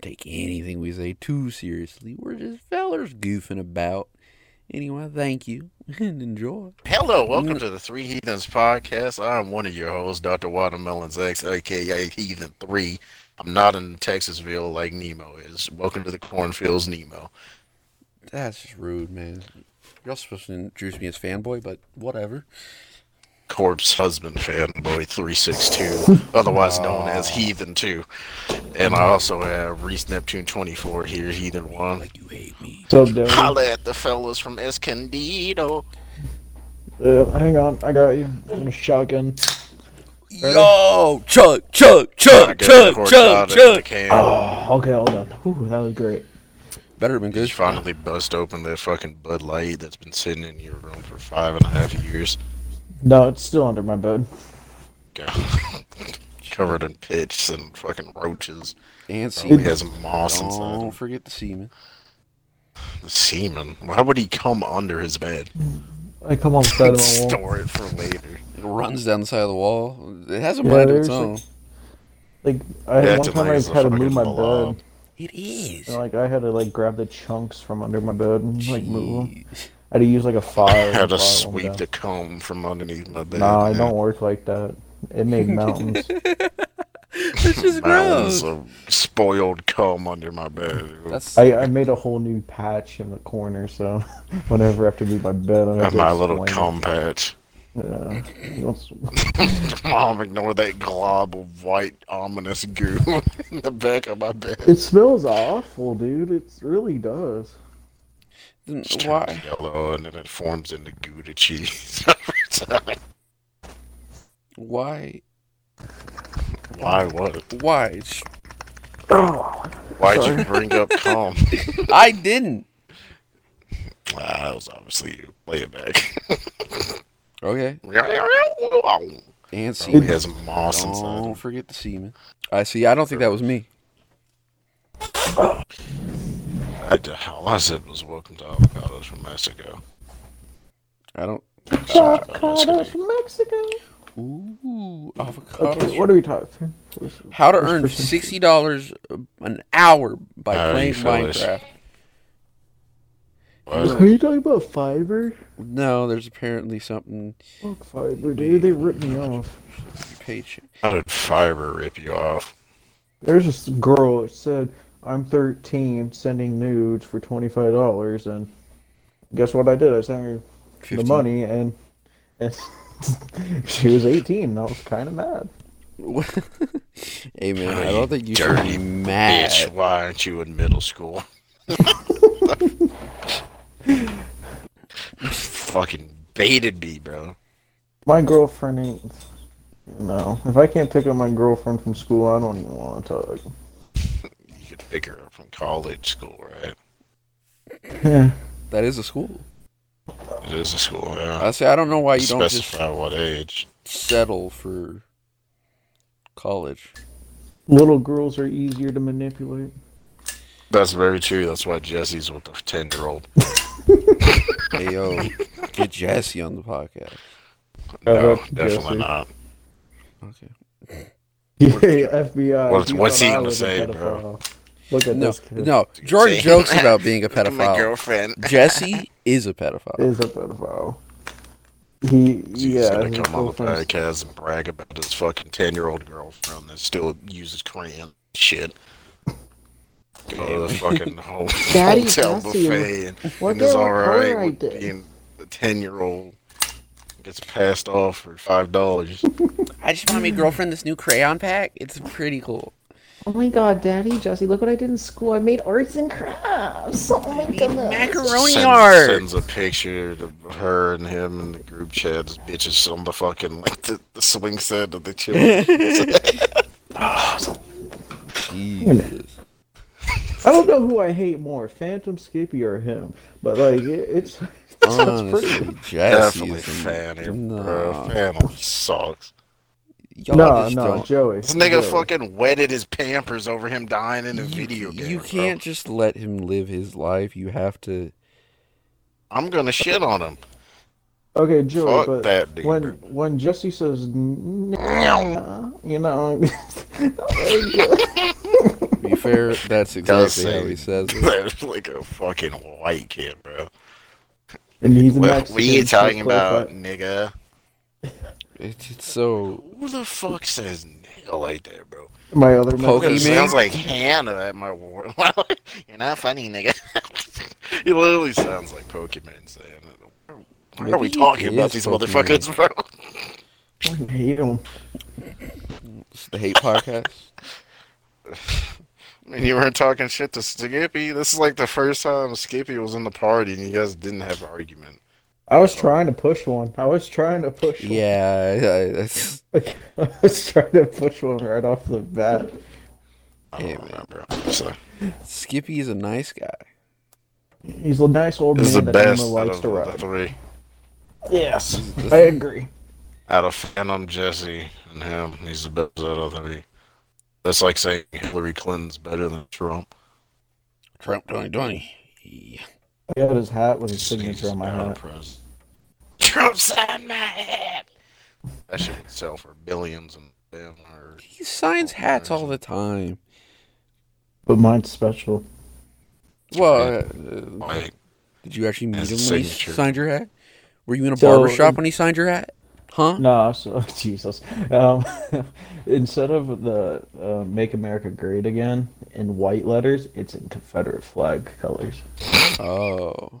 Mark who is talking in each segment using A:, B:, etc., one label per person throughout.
A: take anything we say too seriously. We're just fellers goofing about. Anyway, thank you and enjoy. Mm.
B: Hello, welcome to the Three Heathens podcast. I'm one of your hosts, Dr. Watermelon's ex, aka Heathen 3. I'm not in Texasville like Nemo is. Welcome to the cornfields, Nemo.
A: That's just rude, man. You're supposed to introduce me as fanboy, but whatever.
B: Corpse husband fanboy 362, otherwise known as Heathen 2. And I also have Reese Neptune 24 here, Heathen 1.
A: Like you hate me.
C: So Dylan,
B: Holla at the fellas from Escondido.
C: uh, hang on, I got you. I'm gonna shotgun.
A: Yo, chug, chug, chug, chug, chug, chug.
B: chug.
C: Oh, okay, all done. Ooh, that was great.
A: Better been
B: You
A: good.
B: finally bust open that fucking Bud Light that's been sitting in your room for five and a half years.
C: No, it's still under my bed.
B: Covered in pitch and fucking roaches.
A: And
B: He
A: semen.
B: has moss
A: Don't
B: inside.
A: forget the semen.
B: The semen. Why would he come under his bed?
C: I come on side of my wall.
B: Store it for later.
A: It runs down the side of the wall. It has a
C: Yeah,
A: mind of its
C: there's,
A: own.
C: like- Like
B: Yeah,
C: I had one
B: it's
C: time
B: like
C: I
B: it's a
C: had to move
B: fucking
C: my
B: blob.
C: bed.
A: It is.
C: And, like I had to like grab the chunks from under my bed and like move them.
A: Jeez.
C: I had to use like a fire.
B: How to
C: file them
B: sweep
C: down.
B: the comb from underneath my bed.
C: Nah, I
B: man.
C: don't work like that. It made mountains.
A: It's just gross.
B: Mountains of spoiled comb under my bed.
A: That's
C: I, I made a whole new patch in the corner, so whenever I have to move my bed, I'm
B: And my little comb patch.
C: Yeah.
B: Mom, ignore that glob of white, ominous goo in the back of my bed.
C: It smells awful, dude. It really does.
A: then
B: It's
A: why.
B: yellow and then it forms into Gouda cheese.
A: Why?
B: Why what?
A: Why? It's-
C: Oh,
B: Why'd you bring up calm?
A: I didn't.
B: Ah, that was obviously you. Play it back.
A: Okay.
B: Probably
A: And semen.
B: has moss
A: Don't
B: inside.
A: forget the semen. I see. I don't think that was me.
B: I, d- all I said was welcome to avocados from Mexico.
A: I don't.
C: avocados from Mexico.
A: Ooh,
C: Okay,
A: avocados.
C: what are we talking?
A: How to earn sixty dollars an hour by
B: Oh,
A: playing
B: you fellas.
A: Minecraft?
B: What?
C: Are you talking about fiber?
A: No, there's apparently something
C: Fuck fiber, dude. They ripped me off.
A: paycheck.
B: How did fiber rip you off?
C: There's this girl that said, "I'm 13, sending nudes for twenty-five dollars," and guess what I did? I sent her the
A: 15.
C: money, and, and she was 18. And I was kind of mad.
A: hey man, I
B: you
A: don't think you should
B: dirty
A: be mad.
B: Bitch, why aren't you in middle school? Fucking baited me, bro.
C: My girlfriend ain't. No, if I can't pick up my girlfriend from school, I don't even want to talk.
B: You could pick her up from college school, right?
C: Yeah.
A: That is a school.
B: It is a school, yeah.
A: I say I don't know why you don't just
B: Specify what age.
A: settle for college.
C: Little girls are easier to manipulate.
B: That's very true. That's why Jesse's with the 10 year old.
C: Uh,
A: Hey yo, get Jesse on the podcast.
B: No,
C: that's
B: Oh, definitely
C: Jesse.
B: not.
A: Okay.
C: Yeah, FBI.
B: What's-
C: you
B: what's
C: thought
B: he
C: I
B: gonna
C: was a
B: say, bro?
C: pedophile. Look at
A: No,
C: this kid.
A: no. Jordan
B: Say-
A: jokes about being a
B: My
A: pedophile.
B: girlfriend.
A: Jesse is a pedophile.
C: Is a pedophile. He,
B: He's
C: yeah,
B: gonna
C: his
B: come on the
C: girlfriend's-
B: podcast and brag about his fucking 10 year old girlfriend that still uses crayon shit. Go to the fucking home,
C: Daddy
B: hotel
C: bless you.
B: buffet and,
C: Look
B: and is
C: at what
B: alright
C: color I
B: with
C: did.
B: being the 10 year old. Gets passed off for $5.
A: I just bought my girlfriend this new crayon pack. It's pretty cool.
D: Oh my god, Daddy, Jesse, look what I did in school. I made arts and crafts. Oh my goodness.
A: Macaroni
B: sends,
A: art.
B: sends a picture to her and him in the group chat. This bitch is on the fucking like the, the swing set of the children.
A: Jesus.
C: I don't know who I hate more, Phantom Skippy or him, but like it, it's that's pretty.
A: Honestly, Jesse
B: Definitely
A: is
B: Fanny, bro.
A: no.
B: Fanny sucks.
A: Y'all
C: No,
A: just
C: no,
A: don't-
C: Joey.
B: This nigga
C: Joey.
B: fucking wetted his pampers over him dying in a video game.
A: You
B: bro.
A: can't just let him live his life. You have to.
B: I'm gonna shit on him.
C: Okay, Joey,
B: Fuck
C: but
B: that dude.
C: when when Jesse says, "Nah," you know,
A: be fair, that's
B: does
A: exactly how he says it.
B: That's like a fucking white kid, bro.
C: And he's a
B: What,
C: Mexican,
B: what are you
C: so
B: talking
C: clarify-
B: about, nigga?
A: It's, it's so
B: Who the fuck says nigga like that, bro?
C: My other
A: Pokey-
B: It
A: Pokemon?
B: sounds like Hannah at my war. You're not funny, nigga. it literally sounds like Pokemon saying it. Why are
A: Maybe
B: we
A: it
B: talking about
A: is
B: these
A: Pokemon.
B: motherfuckers, bro?
C: Mexican, I hate him.
A: it's the hate podcast.
B: And you weren't talking shit to Skippy. This is like the first time Skippy was in the party and you guys didn't have an argument.
C: I was trying to push one. I was trying to push one.
A: Yeah, I, I, that's
C: Like, I was trying to push one right off the bat.
B: I don't
A: Yeah, man.
B: remember. So,
A: Skippy is a nice guy.
C: He's a nice old
B: this is the
C: man that
B: best
C: Emma
B: out
C: likes
B: of
C: to
B: the
C: ride.
B: three.
C: Yes,
A: This-
C: I agree.
B: Out of Phantom, Jesse, and him, he's the best out of the three. That's like saying Hillary Clinton's better than Trump.
A: Trump 2020. Yeah.
C: I got his hat with his signature on my hat.
B: Trump signed my hat. That shit would sell for billions and damn or
A: He signs
C: Oh,
A: hats all the time.
C: But mine's special.
A: Well, uh, uh,
B: like
A: did you actually meet
B: That's
A: him
B: a
A: when he
B: signature.
A: signed your hat? Were you in a
C: So- uh,
A: barber shop when he signed your hat? Huh?
C: No, so Jesus. Um, instead of the uh, "Make America Great Again" in white letters, it's in Confederate flag colors.
A: Oh.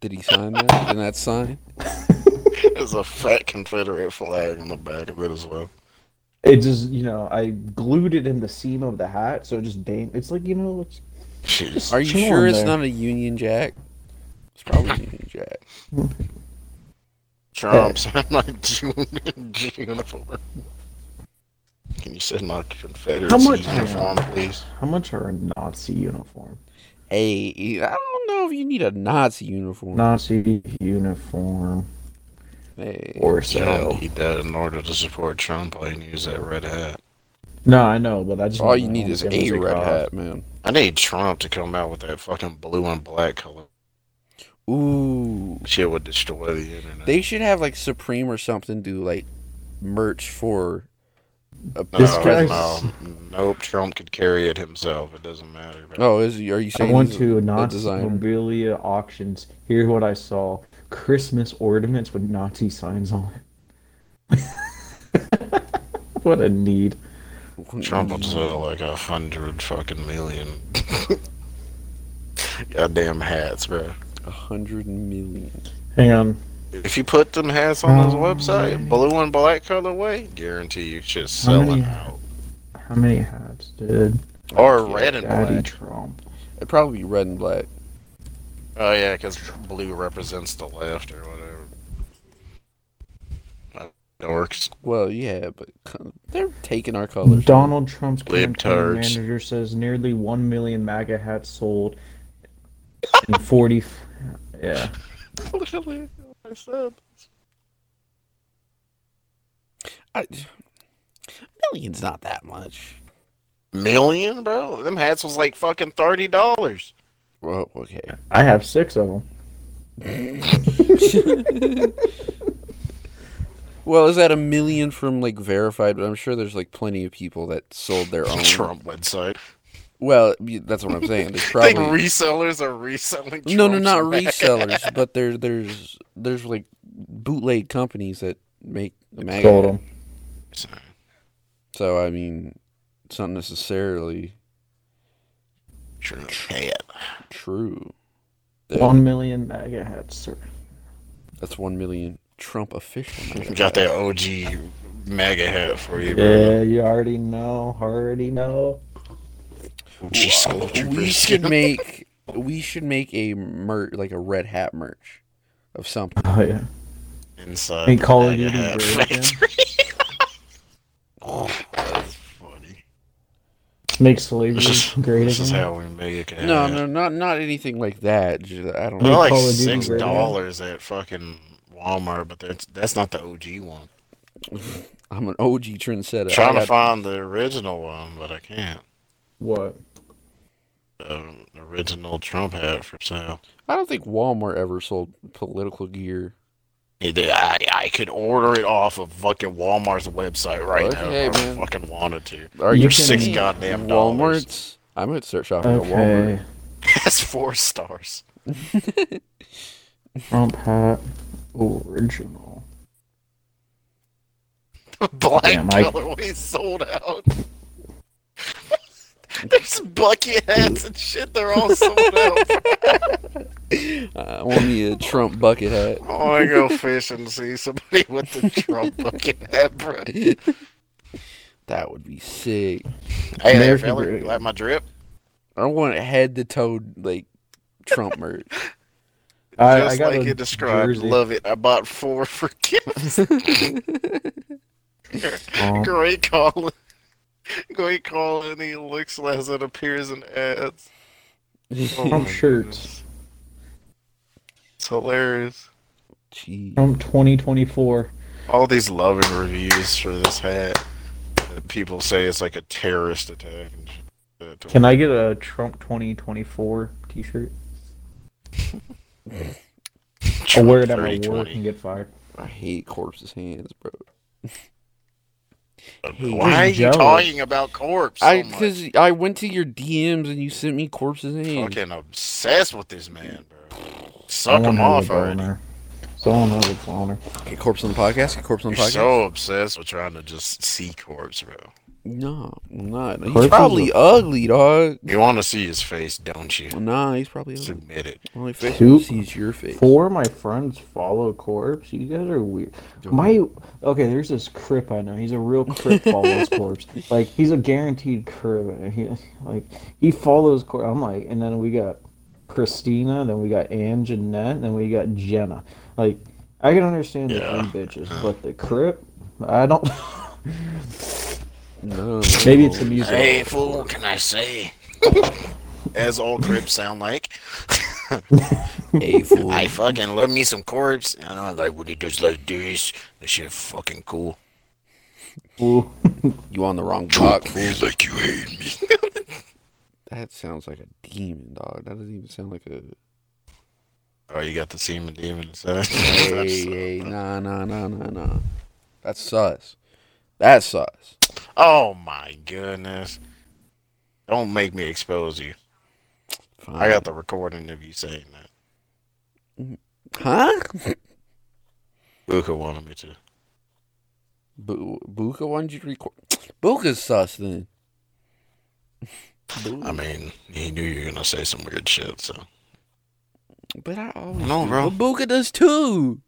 A: Did he sign that? Did that sign?
B: there's a fat Confederate flag on the back of it as well.
C: It just, you know, I glued it in the seam of the hat, so it just dang. It's like you know, it's
B: Jeez.
A: Are you
C: Come
A: sure
C: on
A: it's
C: there.
A: not a Union Jack? It's probably a Union Jack.
B: Trump signed my June uniform. Can you send my Confederate
C: How much-
B: uniform, please?
C: how much are a Nazi uniform?
A: Hey, I don't know if you need a Nazi uniform.
C: Nazi uniform
A: Hey.
C: or
B: You don't
C: so.
B: need that in order to support Trump. I need use that red hat.
C: No, I know, but I just
A: All
C: want
A: you
C: my
A: need
C: own
A: is a
C: intrinsic
A: red
C: cost.
A: hat, man.
B: I need Trump to come out with that fucking blue and black color.
A: Ooh.
B: Shit would destroy the internet.
A: They should have like Supreme or something do like merch for a
B: No,
C: This
A: president.
C: guy's-
B: no, nope. Trump could carry it himself. It doesn't matter. But
A: Oh, is are you
C: I
A: saying
C: went
A: he's a-
C: to
A: a
C: Nazi
A: designer?
C: memorabilia auctions. Here's what I saw: Christmas ornaments with Nazi signs on. it. what a need!
B: Trump would sell like a hundred fucking million goddamn hats, bro.
A: A hundred million.
C: Hang on,
B: If you put them hats on his website, blue and black colorway, guarantee you shit's
C: Um, How many-
B: selling out.
C: how many hats did
B: Or red and
C: Daddy
B: black.
C: Trump?
A: It'd probably be red and black.
B: Oh yeah, because blue represents the left or whatever. That works.
A: Well, yeah, but c- they're taking our colors.
C: Donald Trump's campaign
B: Lib tards.
C: manager says nearly one million MAGA hats sold. In forty, yeah.
B: Literally, what I said.
A: I, millions not that much.
B: Million, bro. Them hats was like fucking thirty dollars.
A: Well, okay.
C: I have six of them.
A: Well, is that a million from like verified? But I'm sure there's like plenty of people that sold their own.
B: Trump website.
A: Well, y- that's what I'm saying. There's
B: Think
A: probably
B: resellers are reselling.
A: no, no,
B: Trump's
A: not
B: back.
A: resellers, but there, there's, there's like bootleg companies that make the magazine.
C: Sold them.
B: Sorry.
A: So I mean, it's not necessarily
B: Trump hat.
A: true. There-
C: One million MAGA hats. sir.
A: That's one million Trump official.
B: We Got that OG MAGA hat for you, bro.
C: Yeah, you already know. Already know.
B: OG
A: Wow.
B: Stormtrooper
A: We
B: skin.
A: should make we should make a merch like a red hat merch of something.
C: Oh yeah.
B: inside.
C: And
B: the
C: Call of
B: MAGA
C: Duty
B: hat
C: Gray again?
B: factory. Oh, That's funny.
C: Make slavery
B: This is,
C: great
B: this is
C: again.
B: how we make it.
A: No, no, not not anything like that. Ju- I don't
B: They're
A: know.
C: Well-
B: like
C: Call of Duty
B: six
C: Gray again?
B: dollars at fucking Walmart, but that's that's not the OG one.
A: I'm an OG trendsetter. I
B: Trying to
A: got-
B: find the original one, but I can't.
C: What?
B: Um, original Trump hat for sale.
A: I don't think Walmart ever sold political gear.
B: Yeah, they- I, I could order it off of fucking Walmart's website right now
A: Okay,
B: if I
A: man.
B: fucking wanted to.
A: Are
C: You
B: For
C: can-
B: six
C: Hey,
B: goddamn dollars.
A: Walmart's I might start shopping at Walmart.
C: Okay.
B: That's four stars.
C: Trump hat original.
B: Black
C: Damn, I-
B: colorway sold out. There's bucket hats and shit. They're all sold out.
A: I want me a Trump bucket hat.
B: Oh, I go fish and see somebody with the Trump fucking hat, bro. Hey
A: That would be sick.
B: there,
C: There's the
B: fella.
C: break.
B: You like my drip?
A: I want head to toe like Trump merch.
C: I,
B: Just
C: I got
B: like
C: a
B: it described.
C: jersey.
B: Love it. I bought four for gifts.
C: Oh,
B: Great call. Great call, and he looks as it appears in ads. Oh
C: Trump
B: my
C: shirts.
B: goodness. It's hilarious.
A: Jeez.
C: Trump 2024.
B: All these love and reviews for this hat. People say it's like a terrorist attack. And shit.
C: Can I get a Trump 2024 T-shirt? I'll wear it at my work and get fired.
A: I hate corpse's hands, bro.
B: Why are you
C: jealous.
B: talking about corpse? So
A: I
B: much?
A: because I went to your DMs and you sent me corpse's hands.
B: fucking obsessed with this man, bro. Suck
C: Someone
B: him
C: has
B: off
C: a
B: already.
C: boner. Someone has a boner.
A: Get corpse on the podcast. Get corpse on the
B: You're
A: podcast.
B: so obsessed with trying to just see corpse, bro.
A: No, I'm not.
C: Corpse
A: He's
C: is
A: probably ugly, dog.
B: You want to see his face, don't you?
A: Nah, he's probably ugly.
B: Submit it.
A: Only face
C: Two-
A: sees your face.
C: Four of my friends follow Corpse. You guys are weird. My okay, there's this Crip I know. He's a real Crip follows Corpse. Like he's a guaranteed Crip. and He like he follows Corpse. I'm like, and then we got Christina, then we got Ann Jeanette, then we got Jenna. Like I can understand
B: Yeah.
C: the three bitches, but the Crip, I don't.
A: No,
C: Maybe it's the music.
B: Hey, fool, what can I say? As all crips sound like.
A: a fool.
B: I fucking love me some corpse. And I like when he does like this. This shit fucking cool.
C: Ooh.
A: You on the wrong block, fool.
B: Feel like you hate me.
A: That sounds like a demon, dog. That doesn't even sound like a.
B: Oh, you got the semen demon inside.
A: Hey, hey, nah, nah, nah, nah, nah. That's sus. That's sus.
B: oh my goodness. Don't make me expose you.
A: Fine.
B: I got the recording of you saying that.
A: huh?
B: Buka wanted me to.
A: Bu- Buka, why didn't you record? Buka's sus then.
B: I
A: Bu-
B: mean, he knew you were gonna say some weird shit, so
A: but I always
B: No,
A: do.
B: bro.
A: But Buka does too.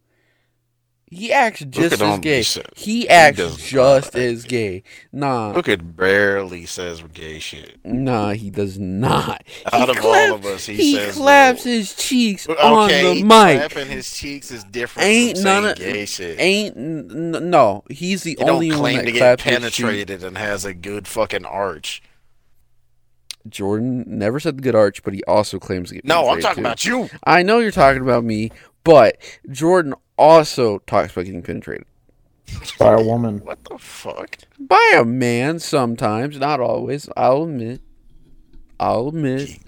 A: He acts just as
B: don't be
A: gay.
B: sus.
A: He acts
B: does not
A: just
B: act
A: as gay. Nah,
B: Buka barely says gay shit.
A: nah, he does not.
B: Out
A: he
B: of all of us, he, says
A: claps
B: little.
A: his cheeks
B: okay,
A: on the mic.
B: Clapping his cheeks is different.
A: Ain't
B: Ain't
A: none
B: none
A: of-
B: gay shit.
A: Ain't n- n- no. He's the
B: he
A: only
B: don't
A: one
B: claim
A: that
B: to get
A: claps his cheeks.
B: penetrated and has a good fucking arch.
A: Jordan never said the good arch, but he also claims to get.
B: No, I'm
A: penetrated,
B: talking
A: too.
B: about you.
A: I know you're talking about me, but Jordan also talks about getting penetrated
C: by a woman.
B: What the fuck?
A: by a man sometimes, not always. I'll admit. I'll admit.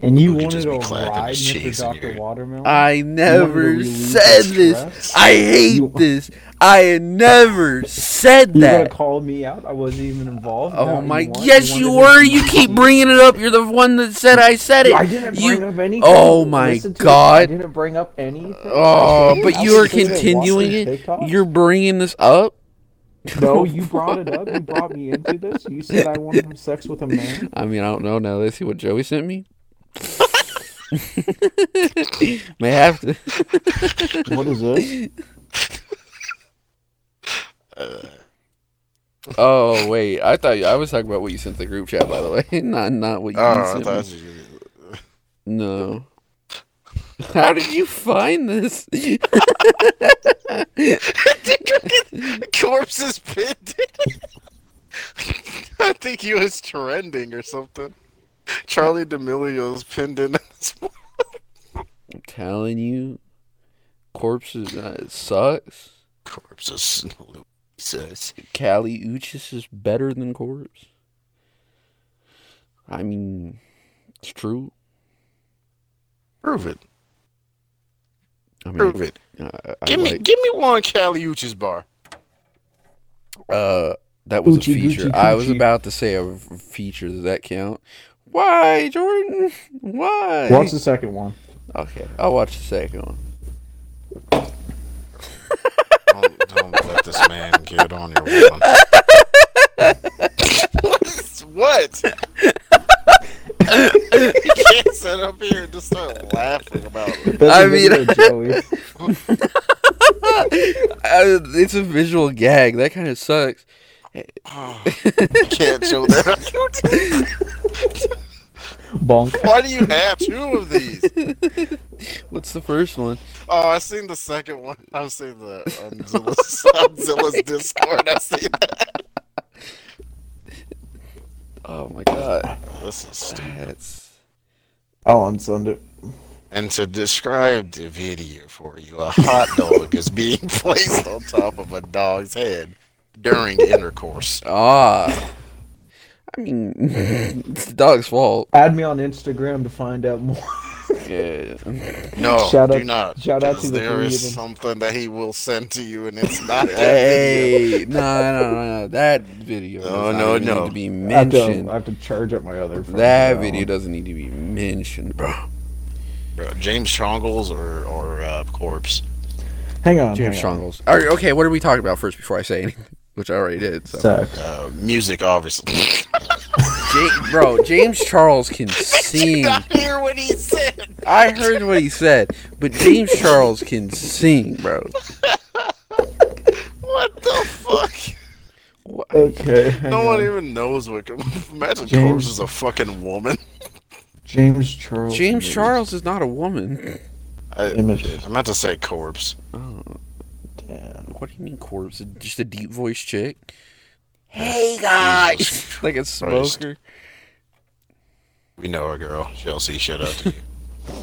C: And you
B: Who could
C: wanted
B: just be
C: to
B: clapping
C: ride
B: his
C: Mr.
B: cheeks in
C: Dr.
B: your-
C: Watermelon?
A: I never
C: relieve
A: said
C: the
A: this.
C: stress?
A: I hate
C: You-
A: this. I never said
C: you gonna
A: that.
C: call me out? I wasn't even involved.
A: Oh
C: Now
A: my!
C: want-
A: yes, you
C: wanted to
A: were.
C: be-
A: You keep bringing it up. You're the one that said I said it.
C: I didn't
A: you,
C: bring up anything.
A: Oh my
C: Listen to it. I
A: God.
C: didn't bring up anything.
A: Oh, but
C: I
A: you are
C: was just
A: continuing
C: watching
A: it.
C: TikTok.
A: You're bringing this up.
C: No, you brought it up. You brought me into this. You said I wanted to have sex with a man.
A: I mean, I don't know now. Let's see what Joey sent me. May have to.
C: What is this?
A: Oh wait, I thought I was talking about what you sent the group chat. By the way, not not what you
B: Oh, I
A: sent.
B: thought
A: me.
B: you.
A: No. How did you find this?
B: Corpse's pit. I think he was trending or something. Charlie D'Amelio's pendant.
A: I'm telling you, corpses uh, it sucks.
B: Corpses. Jesus.
A: Cali Uchis is better than corpse. I mean, it's true.
B: Prove it.
A: I mean,
B: Prove it.
A: I, I- I
B: Give me,
A: like-
B: give me one Cali Uchis bar.
A: Uh, that was a
C: Gucci,
A: feature.
C: Gucci,
A: I uh, was
C: Gucci.
A: about to say a v- feature. Does that count? Why, Jordan? Why?
C: What's the second one?
A: okay, I'll watch the second one.
B: Don't, don't let this man get on your one. what? you can't sit up here and just start laughing about it.
C: That's
A: I
C: a
A: mean-
C: video, Joey.
A: Uh, it's a visual gag. That kind of sucks.
B: you Oh, can't show that on YouTube.
C: Bonk.
B: Why do you have two of these?
A: What's the first one?
B: Oh, I seen the second one. I've seen the Unzilla's, Unzilla's Discord. Oh I've seen that.
A: Oh my god.
B: This is stupid.
A: That's.
C: I'll unsend it.
B: And to describe the video for you, a hot dog is being placed on top of a dog's head during intercourse.
A: Ah. I mean, it's the dog's fault.
C: Add me on Instagram to find out more.
A: Yeah.
B: No,
C: Shout
B: do
C: out-
B: not.
C: shout out
B: 'cause
C: to the
B: there is
C: comedian.
B: something that he will send to you, and it's not that video.
A: Hey, no, no, no, no. That video
B: No,
A: does not
B: no,
A: even
B: no.
A: need to be
C: I have, to,
A: mentioned.
C: I have to charge up my other phone.
A: That
C: for
A: video
C: one.
A: doesn't need to be mentioned, bro.
B: Bro, James Chongles or or uh, Corpse.
C: Hang on.
A: James
C: hang on.
A: Strongles. All right, okay, what are we talking about first before I say anything? Which I already did. So,
C: Sex.
B: Uh, music, obviously.
A: Ja- bro, James Charles can
B: Did
A: sing.
B: I hear what he said?
A: I heard what he said, but James Charles can sing, bro.
B: What the fuck?
A: What?
C: Okay. hang
B: No
C: on.
B: one even knows what. Imagine
C: James-
B: Corpse is a fucking woman.
C: James Charles.
A: James
C: News.
A: Charles is not a woman.
B: I,
C: Images.
B: I meant to say Corpse.
A: Oh,
C: Damn.
A: what do you mean, corpse? Just a deep voice chick?
B: Hey guys.
A: Like a smoker?
B: We know her, girl. Chelsea, shut up. to you.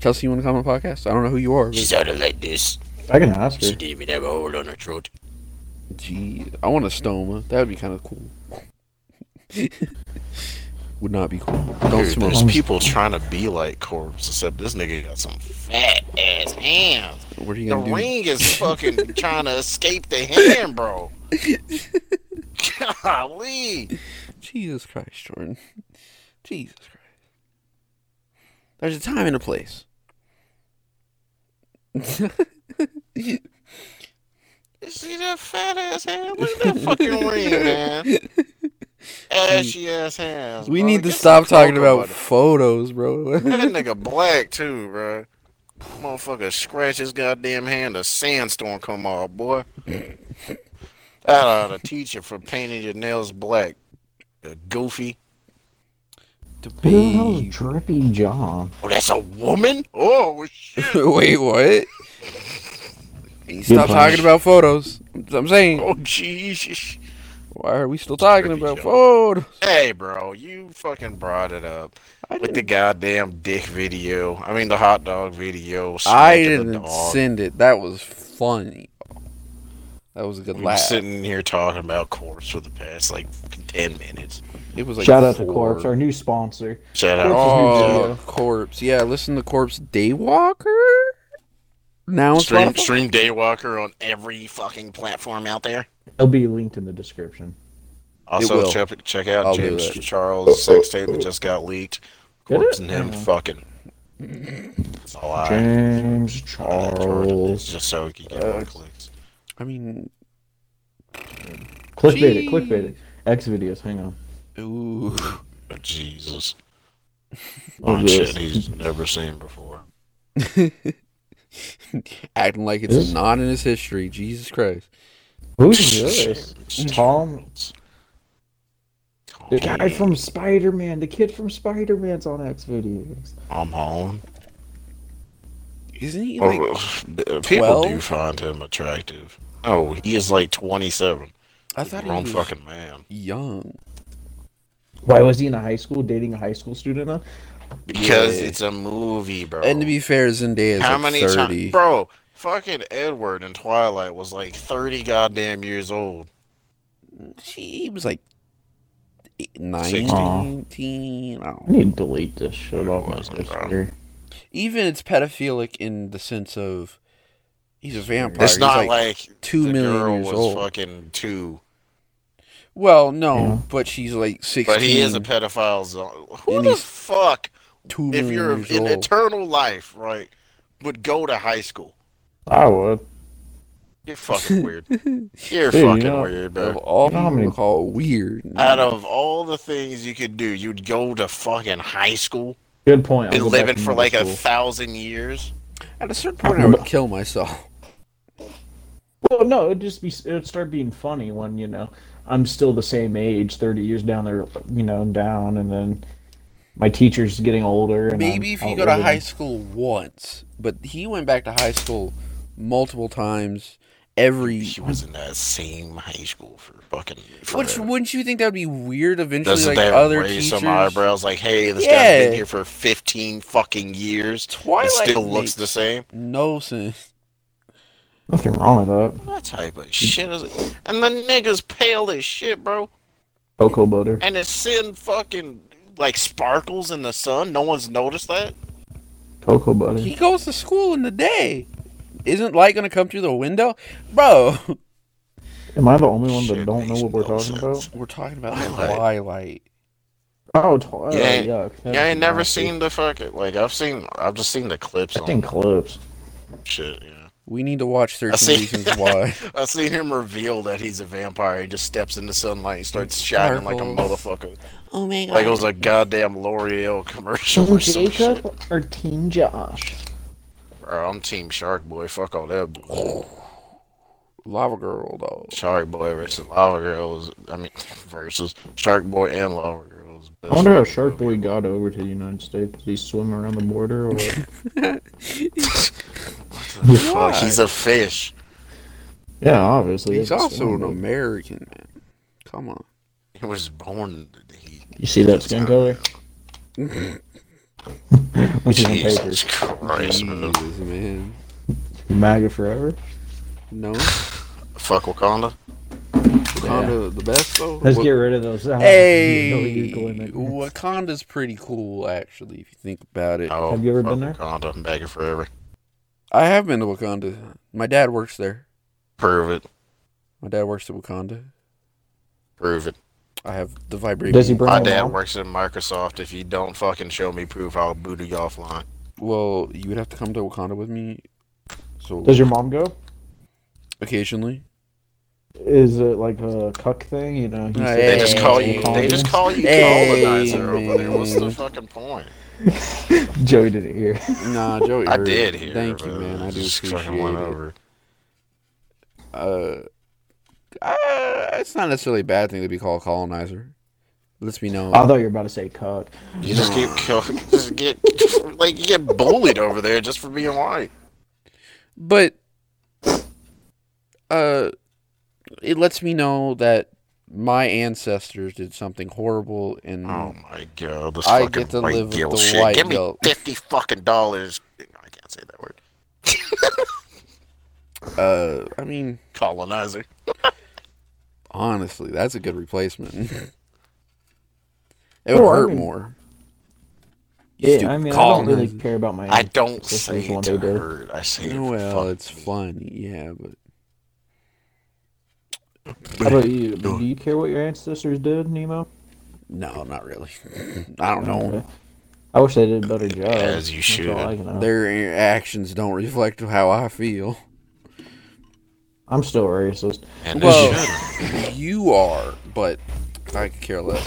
A: Chelsea, you want to come on the podcast? I don't know who you are. But...
B: sounded like this.
C: I can ask her.
B: didn't even have a hole on her throat.
A: Jeez, I want a stoma. That would be kind of cool. would not be cool. Don't
B: Dude,
A: smoke.
B: there's people trying to be like Corpse, except this nigga got some fat ass hands.
A: What are you
B: The
A: gonna do?
B: ring is fucking trying to escape the hand, bro. Golly.
A: Jesus Christ, Jordan. Jesus Christ. There's a time and a place.
B: You see that fat ass hand? Look at that fucking ring, man. Ashy ass hands.
A: we
B: bro.
A: need to
B: Get
A: stop
B: some
A: talking
B: cocoa
A: about
B: butter.
A: photos, bro.
B: That nigga black too, bro. Motherfucker scratch his goddamn hand, a sandstorm come off, boy. That ought to teach you for painting your nails black. Uh, goofy.
C: Who the hell is Drippy John?
B: Oh, that's a woman? Oh, shit.
A: Wait, what? You stop talking
C: punch.
A: about photos. I'm saying,
B: Oh, Jesus.
A: why are we still talking
B: Trippy
A: about
B: Joe.
A: photos?
B: Hey, bro, you fucking brought it up
A: I
B: with the
A: didn't,
B: goddamn dick video. I mean, the hot dog video.
A: I
B: smacking the
A: didn't
B: dog.
A: send it. That was funny. That was a good
B: We've
A: laugh.
B: been sitting here talking about corpse for the past like fucking ten minutes.
A: It was like
C: Shout out to
A: four.
C: Corpse, our new sponsor.
B: Shout out.
C: Corpse's
A: Oh,
C: new
A: corpse. Yeah, listen to corpse Daywalker. Now it's
B: Stream stream Daywalker on every fucking platform out there.
C: It'll be linked in the description.
B: Also
A: will.
B: check check out
A: I'll do
B: James
A: that.
B: Charles' sex tape that just got leaked.
C: Did
B: Corpse
C: it?
B: and him
C: Yeah.
A: Mm.
B: fucking. It's a lie.
C: James
B: It's
C: Charles.
B: Just so he can get more clicks.
A: I mean,
C: Clickbait it,
A: Jeez.
C: clickbait it. X videos, hang on.
A: ooh,
B: But Jesus.
C: Oh,
B: On
C: yes.
B: shit he's never seen before.
A: acting like it's
C: This-
A: not in his history. Jesus Christ.
C: Who's this? Tom. The guy from Spider Man. The kid from Spider Man's on X videos.
B: Tom Holland.
A: Isn't he like?
B: Well, people
A: Oh,
B: do
A: 12?
B: find him attractive. Oh, he is like 27.
A: I thought he
B: Wrong
A: was
B: fucking man.
A: young.
C: Why was he in a high school dating a high school student? Now?
B: Because
A: Yeah.
B: it's a movie, bro.
A: And to be fair, Zendaya is
B: How
A: like
B: many
A: thirty.
B: times, bro? Fucking Edward in Twilight was like thirty goddamn years old.
A: She, he was like eight-
B: Sixteen.
A: nineteen. I don't
C: I
A: know.
C: need to delete this shit off my
B: Wasn't, bro.
C: computer.
A: Even it's pedophilic in the sense of he's a vampire.
B: It's
A: he's
B: not
A: like,
B: like,
A: two
B: the
A: million
B: girl
A: years
B: was
A: old.
B: fucking two.
A: Well, no,
C: Yeah.
A: but she's like sixteen.
B: But he is a pedophile. Zone. Who
A: And
B: the
A: he's
B: fuck,
A: two
B: if
A: million
B: you're
A: years
B: in
A: old.
B: eternal life, right, would go to high school?
C: I would.
B: You're fucking weird. You're Uh,
C: Dude, you
B: fucking
C: know-
B: weird,
A: of
B: bro.
A: all
C: You know how
A: people
C: many-
A: call weird.
B: Out of all the things you could do, you'd go to fucking high school
C: Good point. I'll
B: and
C: go
B: live
C: back
B: it
C: to
B: for
C: middle
B: like a
C: school.
B: thousand years.
A: At a certain point, I would kill myself.
C: Well, no, it'd just be it'd start being funny when you know I'm still the same age, thirty years down there, you know, down, and then my teacher's getting older. And
A: Maybe
C: I'm
A: if you go to
C: outliving-
A: high school once, but he went back to high school multiple times. Every
B: She was in that same high school for fucking.
A: Which
B: Forever.
A: wouldn't you think that would be weird eventually?
B: Doesn't
A: like
B: that
A: other
B: raise
A: teachers.
B: some eyebrows? Like, hey, this guy's
A: Yeah.
B: been here for fifteen fucking years.
A: Twilight
B: it still
A: makes
B: looks the same.
A: No sense.
C: Nothing wrong with that.
B: What type of shit is it? And the nigga's pale as shit, bro.
C: Cocoa butter.
B: And it's sin fucking like sparkles in the sun. No one's noticed that.
C: Cocoa butter.
A: He goes to school in the day. Isn't light gonna come through the window, bro?
C: Am I the only one that
B: Shit
C: don't know
B: makes
C: what we're
B: no
C: talking
B: sense.
C: about?
A: We're talking about
B: Twilight.
A: Twilight.
C: Oh, Twilight.
B: Yeah, ain't-
C: yuck. That
B: Yeah, I ain't
C: was
B: never
C: nasty.
B: seen the fucking like I've seen. I've just seen the clips
C: That
B: on
C: thing clips.
B: shit. Yeah,
A: We need to watch
B: I
A: Thirteen
B: see.
A: Reasons Why.
B: I've seen him reveal that he's a vampire. He just steps in the sunlight and starts shining like a
A: Sparkles.
B: motherfucker.
D: Oh my
B: Like it was a goddamn L'Oreal commercial
D: Team
B: or some shit.
D: Jacob or Team Josh?
B: Bro, I'm Team Shark Boy. Fuck all that. bull-
A: Lava Girl, though.
B: Shark Boy versus Lava Girls. I mean, versus Shark Boy and Lava Girls.
C: I wonder how Shark Boy got over to the United States. Did he swim around the border or what?
B: Fuck, he's a fish.
C: yeah, obviously.
A: He's
C: that's
A: also an
C: swim.
A: American man. Come on.
B: He was born. He,
C: You see that skin color? Which is on paper.
B: Jesus Christ, man.
A: Jesus, man.
C: MAGA forever.
A: No,
B: Fuck Wakanda.
A: Wakanda the best though.
C: Let's
A: Wa-
C: get rid of those. Ah, you know
A: hey,
C: you're going there.
A: Wakanda's pretty cool actually. If you think about it,
B: Oh,
C: Have you ever
B: fuck
C: been there?
B: Wakanda, Mega Forever.
A: I have been to Wakanda. My dad works there.
B: Prove it.
A: My dad works at Wakanda.
B: Prove it.
A: I have the vibrating.
C: Does he bring
B: My
C: them
B: dad
C: all?
B: works at Microsoft. If you don't fucking show me proof, I'll boot you offline.
A: Well, you would have to come to Wakanda with me. So
C: Does your mom go?
A: occasionally.
C: Is it like a cuck thing? You know, he
A: Nah,
C: said-
B: They just call you. They just call you
A: Hey,
B: colonizer over there. What's the
A: man.
B: fucking point?
C: Joey didn't hear.
A: Nah, Joey.
B: I
A: heard.
B: did hear.
A: Thank you,
B: but
A: man. I do
B: just
A: appreciate
B: fucking went
A: it.
B: over.
A: Uh, uh, it's not necessarily a bad thing to be called a colonizer. Let's be known.
C: I thought you were about to say cuck.
B: You just keep kill- just get like you get bullied over there just for being white.
A: but uh it lets me know that my ancestors did something horrible and
B: Oh my god, this
A: Hmm. I
B: fucking
A: get to
B: white
A: live with
B: guilt
A: the
B: shit.
A: white
B: Give me
A: guilt.
B: fifty fucking dollars. I can't say that word.
A: uh I mean
B: Colonizer.
A: honestly that's a good replacement. it would
C: Well, I
A: hurt
C: mean-
A: more.
C: Yeah,
A: Stupid
C: I mean, I don't
A: colonizer.
C: really care about my.
B: I don't
C: This
B: say
C: is one
B: it to
C: they did.
B: hurt. I say it.
A: Well,
B: for
A: it's funny, yeah, but
C: How about you? Do you care what your ancestors did, Nemo?
A: no, not really. I don't know.
C: Okay. I wish they did a better job.
B: As you
C: That's all I
B: should.
C: can ask.
A: Their actions don't reflect how I feel.
C: I'm still racist.
B: And
A: Well-
B: it should.
A: You are, but I could care less.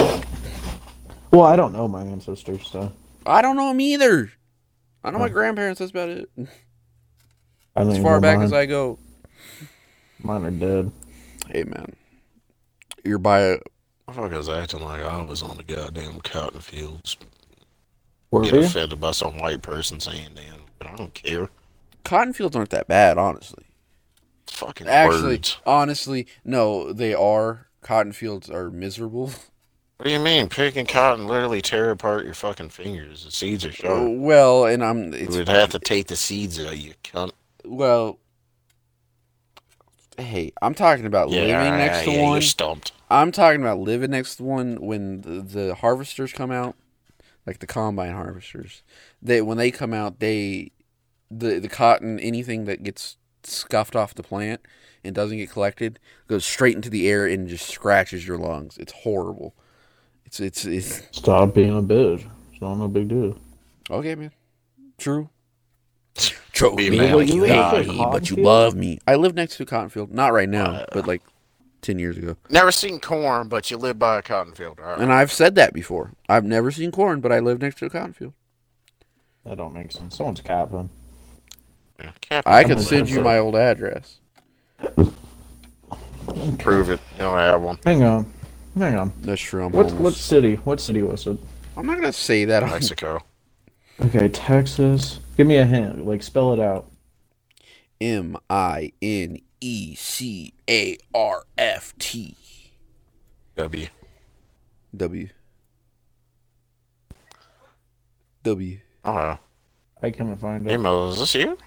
C: Well, I don't know my ancestors, so
A: I don't know them either. I know my grandparents. That's about it.
C: I don't
A: as
C: even
A: far
C: know
A: back
C: mine.
A: as I go.
C: Mine are dead.
A: Hey man, your bio.
B: Motherfuckers acting like I was on the goddamn cotton fields.
C: Were
B: Get
C: you?
B: offended by some white person saying damn, but I don't care.
A: Cotton fields aren't that bad, honestly.
B: It's fucking
A: Actually,
B: words.
A: honestly, no, they are. Cotton fields are miserable.
B: What do you mean? Picking cotton literally tear apart your fucking fingers. The seeds are sharp.
A: Well, and I'm. Oh, It's,
B: We'd have to take the seeds out, you cunt.
A: well, hey, I'm talking about living
B: yeah,
A: next to
B: yeah,
A: one.
B: You're stumped.
A: I'm talking about living next to one when the, the harvesters come out, like the combine harvesters. They when they come out, they the the cotton anything that gets scuffed off the plant and doesn't get collected goes straight into the air and just scratches your lungs. It's horrible. It's it's it's
C: Stop being a bitch. It's not no big deal.
A: okay, man. True. True.
B: Be a man like God.
A: but you love me. I live next to Cottonfield, not right now, but like ten years ago.
B: Never seen corn, but you live by a cotton field. All right.
A: And I've said that before. I've never seen corn, but I live next to a cotton field.
C: That don't make sense. Someone's capping.
B: Captain,
A: I can send you my old address.
B: prove it. You don't have one.
C: Hang on. Hang on.
A: That's true. I'm,
C: What what
A: homeless.
C: city? What city was it?
A: I'm not gonna say that. on-
B: Mexico.
C: Okay, Texas. Give me a hint. Like spell it out.
A: M I N E C A R F T
B: W.
A: W W.
B: Oh,
C: I can't find
B: hey,
C: it.
B: Mo, is this you?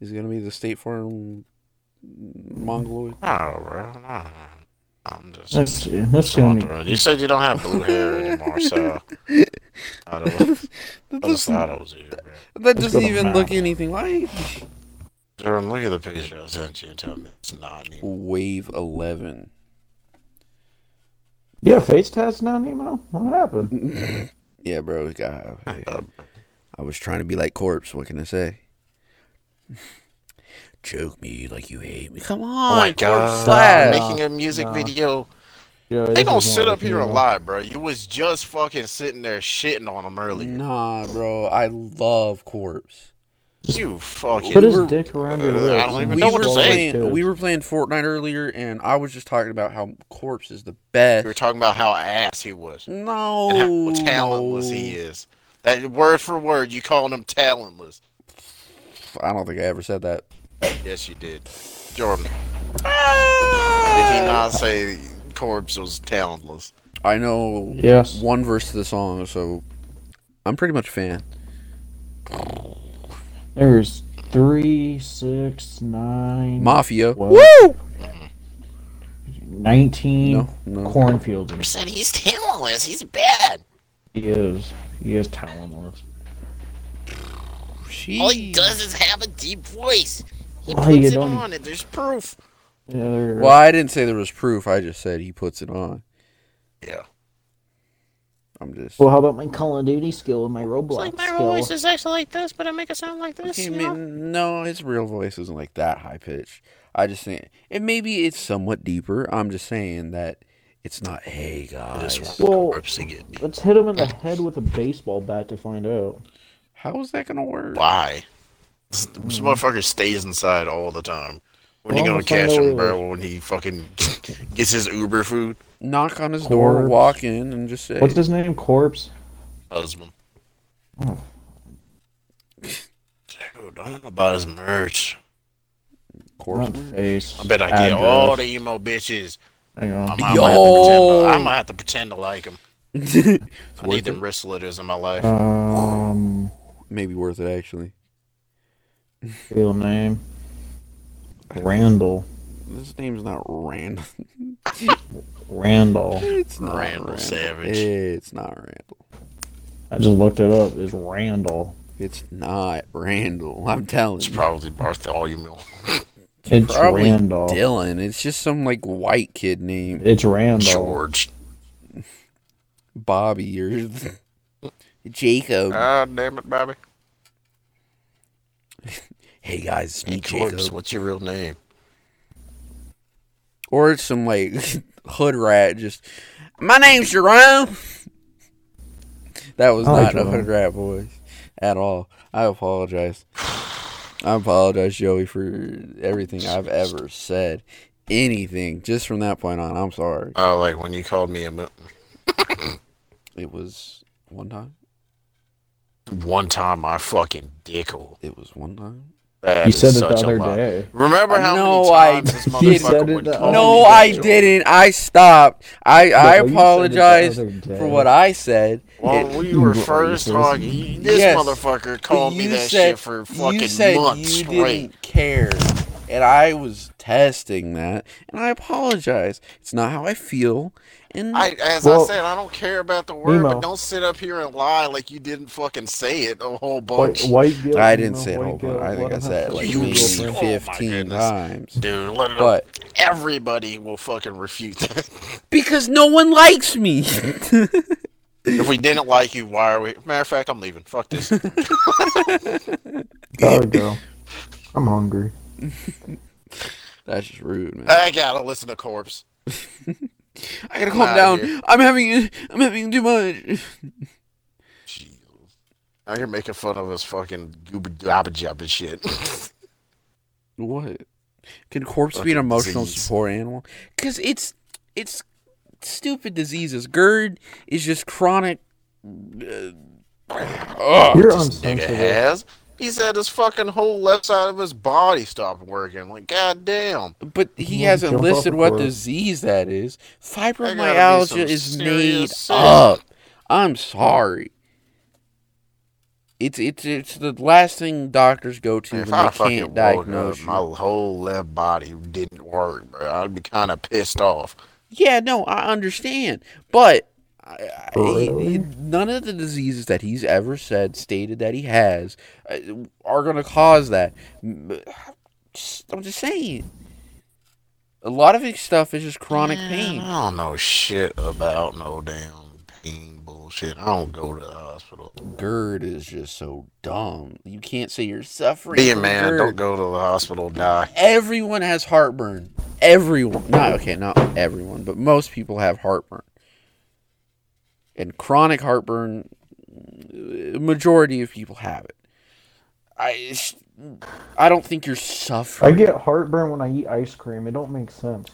A: is gonna be the State Farm mongoloid.
B: No, bro. No. Oh, I'm just.
C: Let's see. Let's see. how many-
B: wondering. You said you don't have blue hair anymore, so I don't know.
A: That
B: I just
A: doesn't,
B: thought it was you. bro.
A: that doesn't
C: go to
A: even
C: map.
A: look anything like
B: Jordan, look at the picture I sent you and tell me it's not you.
A: Wave Eleven.
C: Yeah, face tats now, Nemo. What happened?
A: Yeah, bro. God, I, I was trying to be like Corpse. What can I say? Choke me like you hate me. Come on,
B: Oh my
A: Corpse
B: God.
A: Slash.
C: Nah,
B: uh, Making a music
C: nah.
B: video.
C: Yeah,
B: They
C: this
B: gonna
C: is more
B: sit up
C: like
B: here and
C: Nemo.
B: lie, bro. You was just fucking sitting there shitting on them earlier.
A: Nah, bro. I love Corpse.
B: You fucking.
C: Put
A: We're-
C: his dick around your
B: Uh, I
C: lips.
B: don't even
A: We
B: know what
A: were
B: to say.
A: playing. We were playing Fortnite earlier, and I was just talking about how Corpse is the best.
B: you were talking about how ass he was
A: no,
B: and how talentless he
A: no.
B: is. That word for word, you called him talentless.
A: I don't think I ever said that.
B: Yes, you did, Ah! Jordan. Did he not say Corbs was talentless?
A: I know
C: Yes.
A: one verse to the song, so I'm pretty much a fan.
C: There's three, six, nine,
A: Mafia.
C: Whoa.
A: Woo!
C: 19
A: No, no.
C: cornfields.
B: Said he's talentless. He's bad.
C: He is. He is talentless.
A: Jeez.
B: is have a deep voice. He
C: Why Oh, you don't-
B: it. There's proof.
C: Yeah, there-
A: Well, I didn't say there was proof. I just said he puts it on.
B: Yeah.
A: I'm just.
C: Well, how about my Call of Duty skill and my Roblox skill?
B: is actually like this, but I make it sound like this.
A: Okay, ma- no, his real voice isn't like that high pitched. I just think, and maybe it's somewhat deeper. I'm just saying that it's not. Hey guys,
C: Well-
B: Corbs to get deep.
C: Let's hit him in the head with a baseball bat to find out.
A: how is that gonna work?
B: Why? This, this motherfucker stays inside all the time. When you
C: Hmm. Well,
B: gonna
C: I'm gonna
B: catch
C: find
B: him,
C: out
B: bro? When he fucking gets his Uber food,
A: Knock on his door,
C: Corpse.
A: walk in, and just say,
C: What's his name? Corpse?
B: husband. Dude, I don't know about his merch.
A: Corpse.
C: Not face.
B: I bet I get
C: address.
B: all the emo bitches.
C: Hang on.
B: I'm, I'm, gonna have to pretend,
A: Yo.
B: I'm gonna have to pretend to like him. I
A: worth
B: need them wrist letters in my life.
C: Um,
A: Maybe worth it actually.
C: real name. Randall.
A: This name's not Randall.
C: Randall.
A: It's not
B: Randall Savage.
A: It's not Randall.
C: I just looked it up. It's Randall.
A: It's not Randall. I'm telling
B: it's
A: you.
B: probably Bartholomew.
C: It's
A: Probably
C: Randall.
A: Dylan. It's just some like white kid name.
C: It's Randall.
B: George.
A: Bobby or Jacob.
B: Ah, damn it, Bobby.
A: hey guys, it's me,
B: Hey, Corpse,
A: Jacob.
B: what's your real name?
A: Or it's some like hood rat. Just my name's Jerome. that was
C: I
A: not
C: like
A: a
C: Jerome.
A: hood rat voice at all. I apologize. I apologize, Joey, for everything I've ever said. Anything just from that point on. I'm sorry.
B: Oh, like when you called me a mo-
A: It was one time.
B: one time, my fucking dick hole.
A: It was one time.
B: That
C: You
B: is
C: said it the
B: such a
C: other
B: lie.
C: day.
B: Remember how
A: No, I
B: many times this
A: didn't.
B: motherfucker
C: Said it
B: would
C: the
B: call
A: no,
B: me that,
A: I
B: Jordan?
A: didn't. I stopped. I I
C: No, oh, you said it the
A: apologize
C: other day.
A: for what I said.
B: Well,
A: It-
B: we were
C: Right,
B: first
C: this-
B: talking. This
A: Yes,
B: motherfucker called me
A: you
B: that
A: said-
B: shit for fucking
A: you said
B: months
A: you
B: straight.
A: didn't care, and I was testing that, and I apologize. It's not how I feel, in
B: I, as
C: Well,
B: I said, I don't care about the word,
C: Nemo.
B: but don't sit up here and lie like you didn't fucking say it a whole
C: White,
B: bunch.
C: white guilt.
A: I didn't
C: Nemo,
A: say it a
C: white
A: whole bunch.
C: guilt,
A: I think I
C: what
A: said it like
B: You
A: maybe
B: son- oh my
A: 15
B: goodness.
A: times.
B: Dude, let it
A: But
B: everybody will fucking refute that.
A: because no one likes me.
B: if we didn't like you, why are we? Matter of fact, I'm leaving. Fuck this.
C: Gotta go. I'm hungry.
A: That's just rude, man.
B: I gotta listen to Corpse.
A: I gotta
B: I'm
A: calm
B: outta
A: down.
B: here.
A: I'm having I'm having too much.
B: Jesus. Now you're making fun of us fucking gooba dabba jabba shit.
A: What? Can corpse be
B: Fucking
A: an emotional
B: disease.
A: support animal? Because it's it's stupid diseases. GERD is just chronic. uh,
C: You're
B: Nigga
C: unsensitive.
B: has. He said his fucking whole left side of his body stopped working. Like, goddamn.
A: But he
C: Yeah, jump
A: hasn't
C: off
A: listed
C: the
A: what
C: cliff.
A: disease that is.
B: There gotta be
A: Fibromyalgia
B: some
A: is made
B: serious sickness.
A: up. I'm sorry. It's it's it's the last thing doctors go to
B: If
A: when
B: I
A: they
B: fucking
A: can't
B: woke
A: diagnose.
B: up,
A: you.
B: my whole left body didn't work, bro. I'd be kind of pissed off.
A: Yeah, no, I understand, but I, I,
C: Really?
A: he- none of the diseases that he's ever said stated that he has uh, are going to cause that. M- just- I'm just saying. A lot of his stuff is just chronic
B: Man,
A: pain.
B: I don't know shit about no damn pain bullshit. I don't go to the hospital.
A: GERD E is just so dumb. You can't say you're suffering.
B: Be a
A: from E
B: man,
A: GERD.
B: don't go to the hospital, die.
A: Everyone has heartburn. Everyone. Not okay, not everyone, but most people have heartburn. And chronic heartburn, uh, majority of people have it. I, it's- I don't think you're
C: I
A: suffering.
C: get heartburn when I eat ice cream. It don't make sense.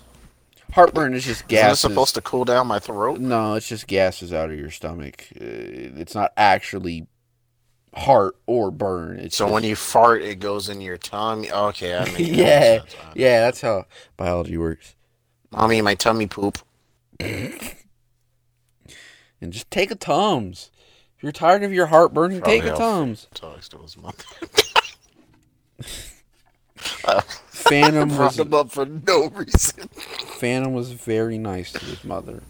A: heartburn is just
B: Isn't it
A: gases.
B: supposed to cool down my throat?
A: No, it's just gases out of your stomach. Uh, It's not actually heart or burn. It's
B: So
A: just-
B: when you fart, it goes in your tummy. Okay, I mean,
A: yeah,
B: uh,
A: yeah, that's how biology works.
B: Mommy, my tummy poop.
A: And just take a tums. If you're tired of your heartburn,
B: Probably
A: take a
B: I'll-
A: tums.
B: Talks to his mother.
A: Phantom
B: Brought
A: was
B: him up for no reason.
A: Phantom was very nice to his mother.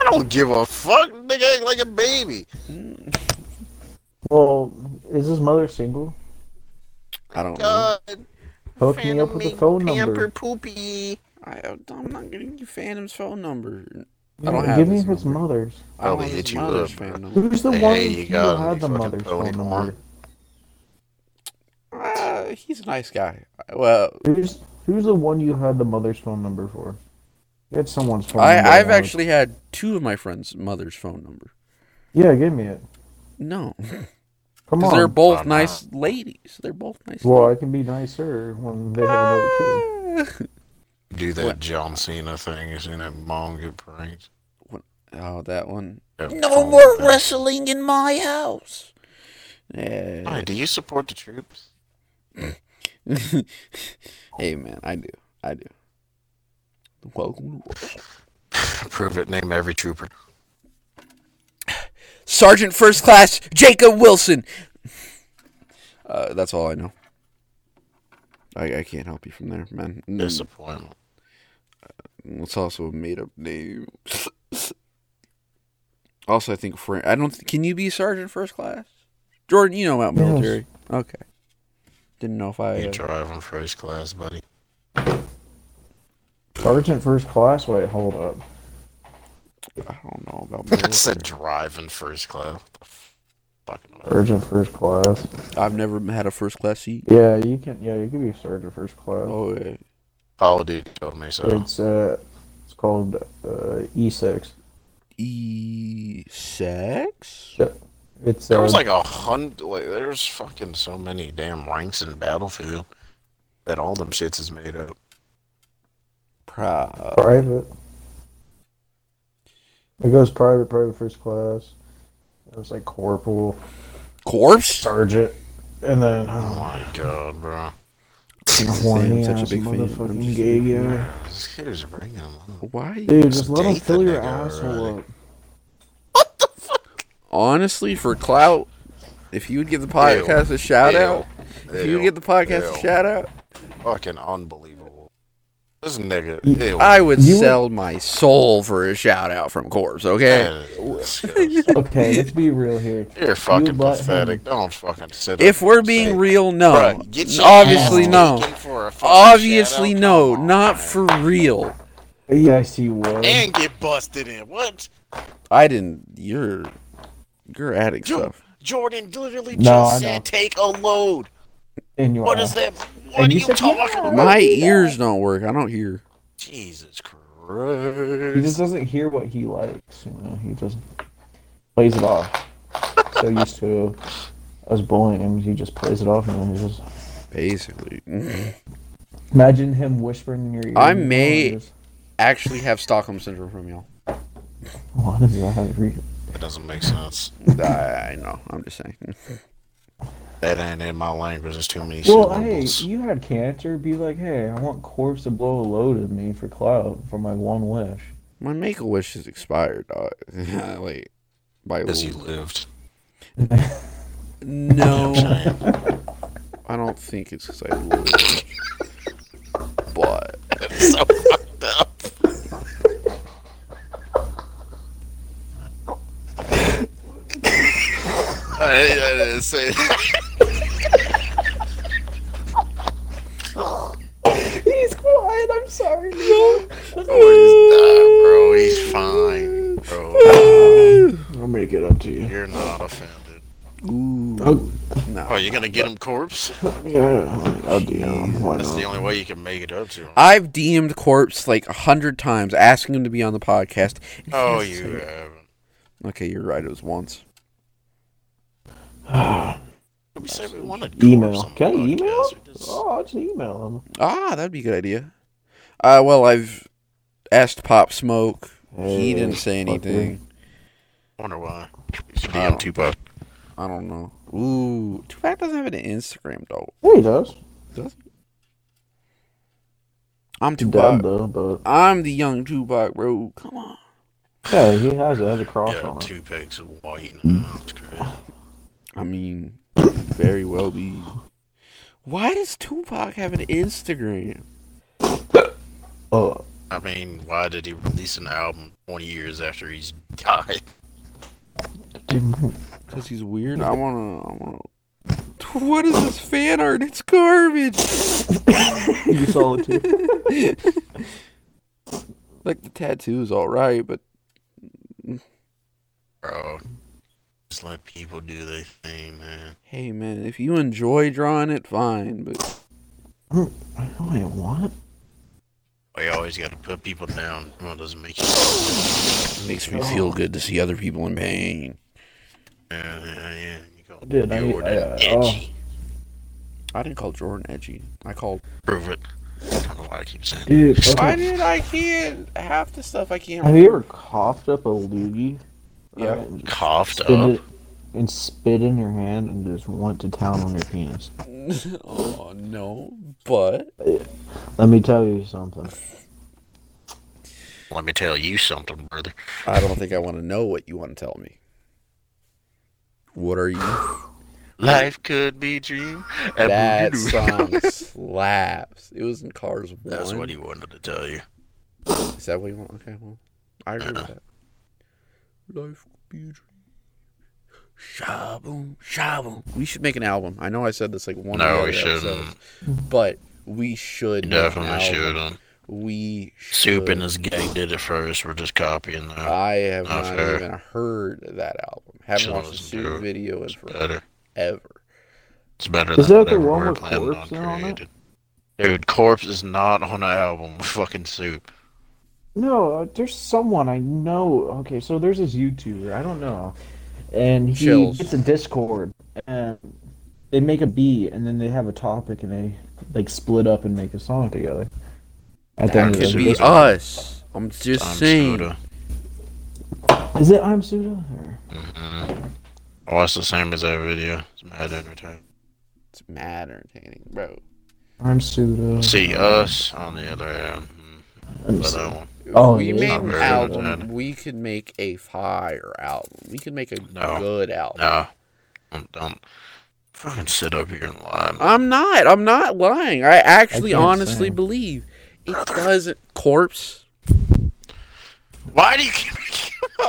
B: I don't give a fuck. Nigga act like a baby.
C: Well, is his mother single?
A: I don't know.
B: God,
C: Hook me
B: Phantom
C: up with a
B: me
C: phone
B: pamper
C: number.
B: poopy.
A: I, uh, I'm not giving you Phantom's phone number. I
C: Yeah,
A: don't have
C: Give me
A: his
C: his
A: number.
C: mother's.
A: I don't
B: Probably
A: have
B: hit
A: his
B: you
A: mother's
B: up, bro.
A: phone number.
C: Who's the
B: Hey,
C: one
B: hey, you
C: who
B: got him,
C: had
B: you
C: the
B: fucking
C: mother's
B: pony
C: phone
B: whore.
C: number?
A: Uh, he's a nice guy. Well,
C: Who's who's the one you had the mother's phone number for? You had someone's phone number.
A: I, I've
C: once.
A: actually had two of my friends' mother's phone number.
C: Yeah, give me it.
A: No,
C: Come
A: 'Cause
C: on.
A: they're both
B: I'm
A: nice ladies. They're both nice.
C: Well, I can be nicer when they have another kid.
A: ladies.
B: Do that
A: What?
B: John Cena thing. Is in that manga prank?
A: oh, that one. Oh,
B: That
A: No
B: phone
A: more
B: thing.
A: wrestling in my house. Yeah.
B: Hey, do you support the troops?
A: hey man, I do. I do. Welcome to
B: Prove it. Name every trooper.
A: Sergeant First Class Jacob Wilson. Uh, that's all I know. I, I can't help you from there, man.
C: Hmm.
A: Mm,
B: Disappointment.
A: It's also a made up name. also, I think Frank. I don't. th- Can you be Sergeant First Class? Jordan, you know about
C: Yes.
A: military. Okay. Didn't know if I.
C: Oh,
B: You
A: Uh,
B: driving first class, buddy.
C: Sergeant first class. Wait, hold up.
A: I don't know about
B: I
A: military.
B: said driving first class. What the Fucking
C: Sergeant first class.
A: I've never had a first class seat.
C: Yeah, you can. Yeah, you can be sergeant first class.
A: Oh, yeah.
B: Call of Duty told me so.
C: It's uh, it's called uh, E6.
A: E sex.
C: It's uh,
B: There was like a hundred. Like, there's fucking so many damn ranks in Battlefield that all them shits is made up.
A: Pro.
C: private. It goes private, private first class. It was like corporal,
A: Corpse.
C: sergeant, and then
B: Oh
C: oh,
B: my god, bro.
C: horny
A: such a
C: ass
A: big fan. I'm
C: motherfucking
A: just-
C: gay guy.
B: This kid is bringing them up.
A: Why?
C: Dude, just let him
B: Date the
C: fill your
B: nigga
C: asshole
B: already.
C: up.
A: honestly, for clout, if you would give the podcast a shout out,
B: Ew.
A: if you would give the podcast a
B: Ew.
A: shout out,
B: Fucking unbelievable. This nigga. Ew.
A: I would
C: You-
A: sell my soul for a shout out from Corpse, okay?
B: Yeah, disgusting.
C: Okay, let's be real here.
B: You're fucking
C: let him-
B: pathetic. Don't fucking sit up
A: If we're
B: and say,
A: being real, no.
B: "Bruh, get your
A: Obviously,
B: ass
A: no.
B: taken for a fucking
A: Obviously,
B: shout-out."
A: no.
B: Come on,
A: Not
B: man.
A: for real.
C: Yeah, I see one.
B: And get busted in. What?
A: I didn't. You're. You're addict
B: Jo-
A: stuff.
B: Jordan literally
C: No,
B: just
C: I
B: said
C: know.
B: take a load.
C: And you
B: What
C: are.
B: is that? What
C: And
B: are
C: you
B: you
C: said,
B: talking
D: "Yeah."
B: about?
A: My ears don't work. I don't hear.
B: Jesus
C: He just
B: Christ.
C: doesn't hear what he likes. You know, he just plays it off. So used to us bullying him, he just plays it off, and then he just
A: Basically,
C: imagine him whispering in your ear.
A: I
C: you know, and
A: may-
C: just,
A: actually have Stockholm syndrome from y'all.
C: Why does that have re-
B: That doesn't make sense.
A: I, I know. I'm just saying.
B: That ain't in my language. There's too many
C: Well, hey,
B: syllables.
C: you had cancer. Be like, hey, I want Corpse to blow a load at me for clout for my one wish.
A: My make a wish is expired. Dog. like, by
B: Because you
A: rule.
B: lived.
A: no, I don't think it's because I lived. But
B: so fucked up. I, I didn't say
D: He's quiet. I'm sorry. Oh
B: bro. He's fine, bro.
C: I'll make it up to you.
B: You're not offended.
A: ooh,
B: Oh,
A: no.
B: you're gonna get him corpse?
C: Yeah, I'll do. Why
B: That's the only way you can make it up to him.
A: I've DM'd Corpse like a hundred times asking him to be on the podcast.
B: Oh, you haven't.
A: Okay, you're right. It was once.
B: We said we wanted corpse
C: Email.
B: on the
C: Can I
B: podcast.
C: email?
B: We just-
C: Oh, I'll just email him.
A: Ah, that'd be a good idea. Uh, well, I've asked Pop Smoke. He
C: Hey,
A: didn't say
C: fuck
A: anything.
B: wonder why. Damn, Tupac.
A: I don't know. Ooh, Tupac doesn't have an Instagram though.
C: Yeah, he does.
A: Does he? I'm
C: He does,
A: Tupac.
C: though, but
A: I'm the young Tupac, bro. Come on.
C: yeah, he has it. Has a cross
B: Yeah,
C: on it.
B: two packs of white. That's crazy.
A: I mean, very well be. Why does Tupac have an Instagram?
C: Oh,
B: I mean, why did he release an album 20 years after he's died?
A: Cause he's weird. I wanna. I wanna. What is this fan art? It's garbage.
C: you saw it too.
A: Like the tattoo's all right, but
B: Bro, just let people do their thing, man.
A: hey, man, if you enjoy drawing it, fine. But
C: Wait, what?
B: We always got to put people down. Well, it doesn't make you.
A: it makes me feel good to see other people in pain.
B: Yeah, yeah, yeah. You call
C: Dude, I-
B: Jordan
C: I- uh,
B: edgy.
A: I didn't call Jordan edgy. I called.
B: Prove it. I don't know why I keep saying.
C: Dude, okay.
A: Why did I can't half the stuff I can't.
C: have you ever coughed up a loogie?
A: Yeah.
C: Right, and
B: Coughed
C: spit
B: up.
C: it and spit in your hand and just went to town on your penis.
A: oh no, but
C: Let me tell you something.
B: Let me tell you something, brother.
A: I don't think I want to know what you want to tell me. What are you?
B: Life could be dream. a
A: that
B: boo-doo-doo.
A: song slaps. It was in Cars One.
B: That's what he wanted to tell you.
A: Is that what you want? Okay, well, I agree with that. Life could be a dream. Shaboom, shaboom. We should make an album. I know I said this like one. of the
B: No,
A: other
B: we shouldn't.
A: episodes, but we should. make an
B: Definitely
A: album.
B: shouldn't.
A: We
B: Soup
A: should.
B: and his gang did it first. We're just copying them.
A: I have
B: Not
A: not
B: fair.
A: even heard that album. Haven't
B: Should've
A: watched a
B: listened
A: single
B: to it.
A: video in
B: it's better.
A: forever.
B: It's better
C: Is
B: than
C: that the
B: whatever
C: one
B: we're
C: with
B: planning
C: Corpse
B: on
C: in on it?
B: creating. Dude, Corpse is not on the album. with Fucking Soup.
C: No, uh, there's someone I know. Okay, so there's this YouTuber I don't know, and he
A: Chills.
C: gets a Discord, and they make a beat, and then they have a topic, and they like split up and make a song together. At the
A: That
C: end of
A: could
B: Suda.
A: be
C: the
A: us. I'm just
B: I'm
A: saying.
B: Suda.
C: is it I'm Suda? Or...
B: Oh, it's the same as that video. It's mad entertaining.
A: It's mad entertaining, bro.
C: I'm Suda.
B: See us on the other hand. Mm,
C: I'm
A: uh,
B: But
C: Suda.
B: that one.
C: Oh,
A: we
C: yeah.
A: made
B: I'm
A: an
B: very
A: album.
B: entertained.
A: We could make a fire album. We could make a
B: No.
A: good album.
B: No. Don't, don't fucking sit up here and lie. man.
A: I'm not. I'm not lying. I actually
C: can't
A: honestly
C: sing.
A: believe It doesn't. Corpse.
B: Why do you?